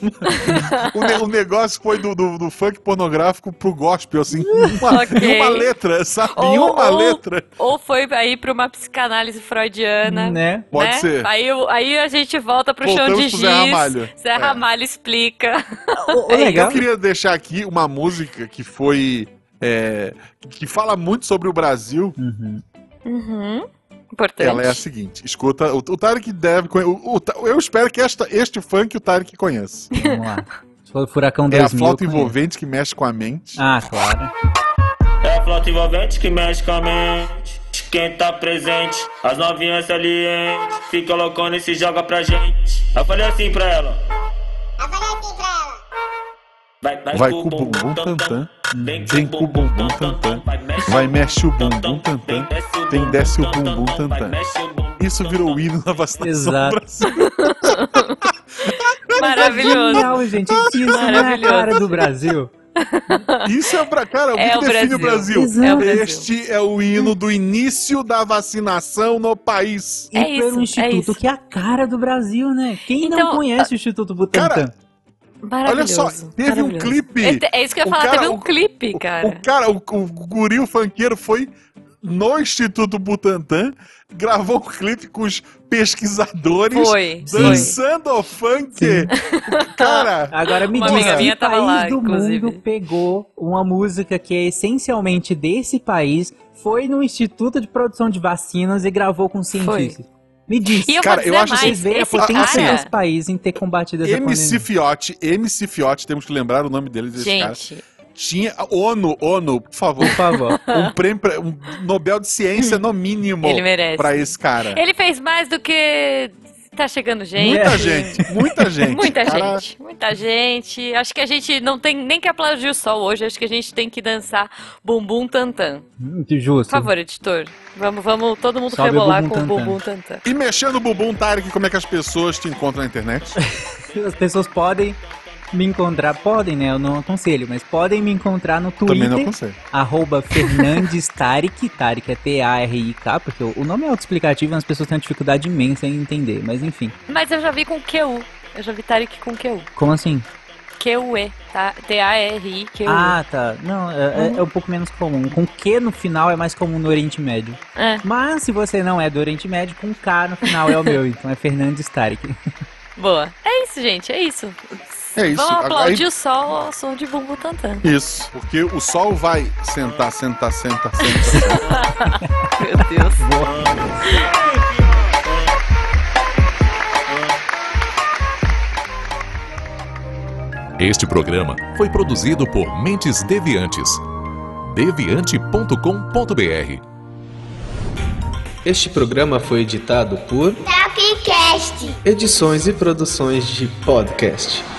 S1: o, ne- o negócio foi do, do, do funk pornográfico pro gospel, assim. em Uma,
S2: Ok.
S1: em uma letra, sabe? Em uma
S2: ou- né?
S1: letra.
S2: Ou foi aí pra uma psicanálise freudiana.
S4: Né?
S1: Pode
S2: né?
S1: ser.
S2: Aí, eu- aí a gente volta pro chão de
S1: Voltamos pro
S2: giz.
S1: Zé Ramalho.
S2: Zé
S1: É.
S2: Ramalho explica.
S4: O, o É legal.
S1: Eu queria deixar aqui uma música que foi. é, que fala muito sobre o Brasil.
S4: Uhum.
S2: Uhum. Importante.
S1: Ela é a seguinte: escuta, o, o Tarek deve. conhe- o- o Ta- eu espero que esta, este funk o Tarek conheça.
S4: Vamos lá. Se for Furacão
S1: É a
S4: 2000.
S1: flauta
S4: eu conheço.
S1: envolvente que mexe com a mente.
S4: Ah, claro.
S9: É a flauta envolvente que mexe com a mente. Quem tá presente, as novinhas salientes. Fica loucona e se joga pra gente. Eu falei assim pra ela. Vai,
S1: Vai com o bumbum tantã, vem com o bumbum tantã, vai mexe o bumbum tantã, tem desce o bumbum tantã. Isso virou o hino da vacinação do
S4: Exato.
S1: Brasil.
S2: Maravilhoso.
S4: Genial, gente. Isso na
S2: Maravilhoso.
S4: cara do Brasil.
S1: Isso é pra cara, o
S2: É
S1: que
S2: o
S1: define o
S2: Brasil.
S1: Brasil?
S4: Exato.
S2: É o Brasil.
S1: Este é o hino do início da vacinação no país.
S2: É
S4: e pelo
S2: isso, é
S4: Instituto,
S2: isso.
S4: que é a cara do Brasil, né? Quem
S2: Então,
S4: não conhece o Instituto Butantan?
S1: Cara, Olha só, teve um
S2: maravilhoso.
S1: clipe.
S2: É, é isso que eu ia
S1: O
S2: falar,
S1: cara-
S2: teve um
S1: o-
S2: clipe,
S1: O-
S2: cara.
S1: O cara, o, o guril funkeiro foi no Instituto Butantan, gravou um clipe com os pesquisadores
S2: Foi,
S1: dançando ao funk. Cara,
S4: Agora me
S2: Uma
S4: diz,
S2: amiga
S4: que
S2: minha tava
S4: país
S2: lá,
S4: do
S2: inclusive.
S4: mundo pegou uma música que é essencialmente desse país, foi no Instituto de Produção de Vacinas e gravou com cientistas? Me diz.
S2: E eu
S1: Cara,
S2: vou dizer
S1: eu acho
S4: Vocês
S2: mais,
S4: veem a
S2: esse
S4: potência desse
S2: cara...
S4: país em ter combatido essa
S1: MC
S4: pandemia.
S1: Fiote, MC Fiote, temos que lembrar o nome dele desse cara.
S2: Gente,
S1: Tinha ONU, ONU, por favor,
S4: Por favor.
S1: um prêmio, pra- um Nobel de Ciência no mínimo
S2: ele merece. É
S1: pra esse cara.
S2: Ele fez mais do que tá chegando gente.
S1: Muita gente, muita gente.
S2: Muita
S1: Cara,
S2: gente, muita gente. Acho que a gente não tem nem que aplaudir o sol hoje, acho que a gente tem que dançar bumbum tantã.
S4: Muito Hum, justo.
S2: Por favor, editor. Vamos, vamos todo mundo
S4: Sobe o
S2: rebolar
S4: bumbum
S2: com o
S4: tantã.
S2: bumbum tantã.
S1: E mexendo o bumbum, Tarek, como é que as pessoas te encontram na internet?
S4: As pessoas podem me encontrar, podem, né? Eu não aconselho, mas podem me encontrar no
S1: Também não
S4: Twitter,
S1: aconselho.
S4: arroba Fernandes Tarek, Tarek é T-A-R-I-K, porque o o nome é autoexplicativo e as pessoas têm uma dificuldade imensa em entender, mas enfim.
S2: Mas eu já vi com QU. Eu já vi Tarek com QU.
S4: Como assim?
S2: QUE, tá? T-A-R-I, QUE.
S4: Ah, tá. Não, é, é- é um pouco menos comum. Com Q no final é mais comum no Oriente Médio.
S2: É.
S4: Mas se você não é do Oriente Médio, com K no final é o meu. Então é Fernandes Tarek.
S2: Boa. É isso, gente, é isso.
S1: É isso.
S2: Vamos
S1: Agora-
S2: aplaudir o sol ao som de bumbum tantã.
S1: Isso, porque o sol vai sentar, sentar, sentar, sentar.
S2: Meu Deus.
S10: Este programa foi produzido por Mentes Deviantes. deviante.com.br
S11: Este programa foi editado por
S7: Tapcast.
S11: Edições e Produções de Podcast.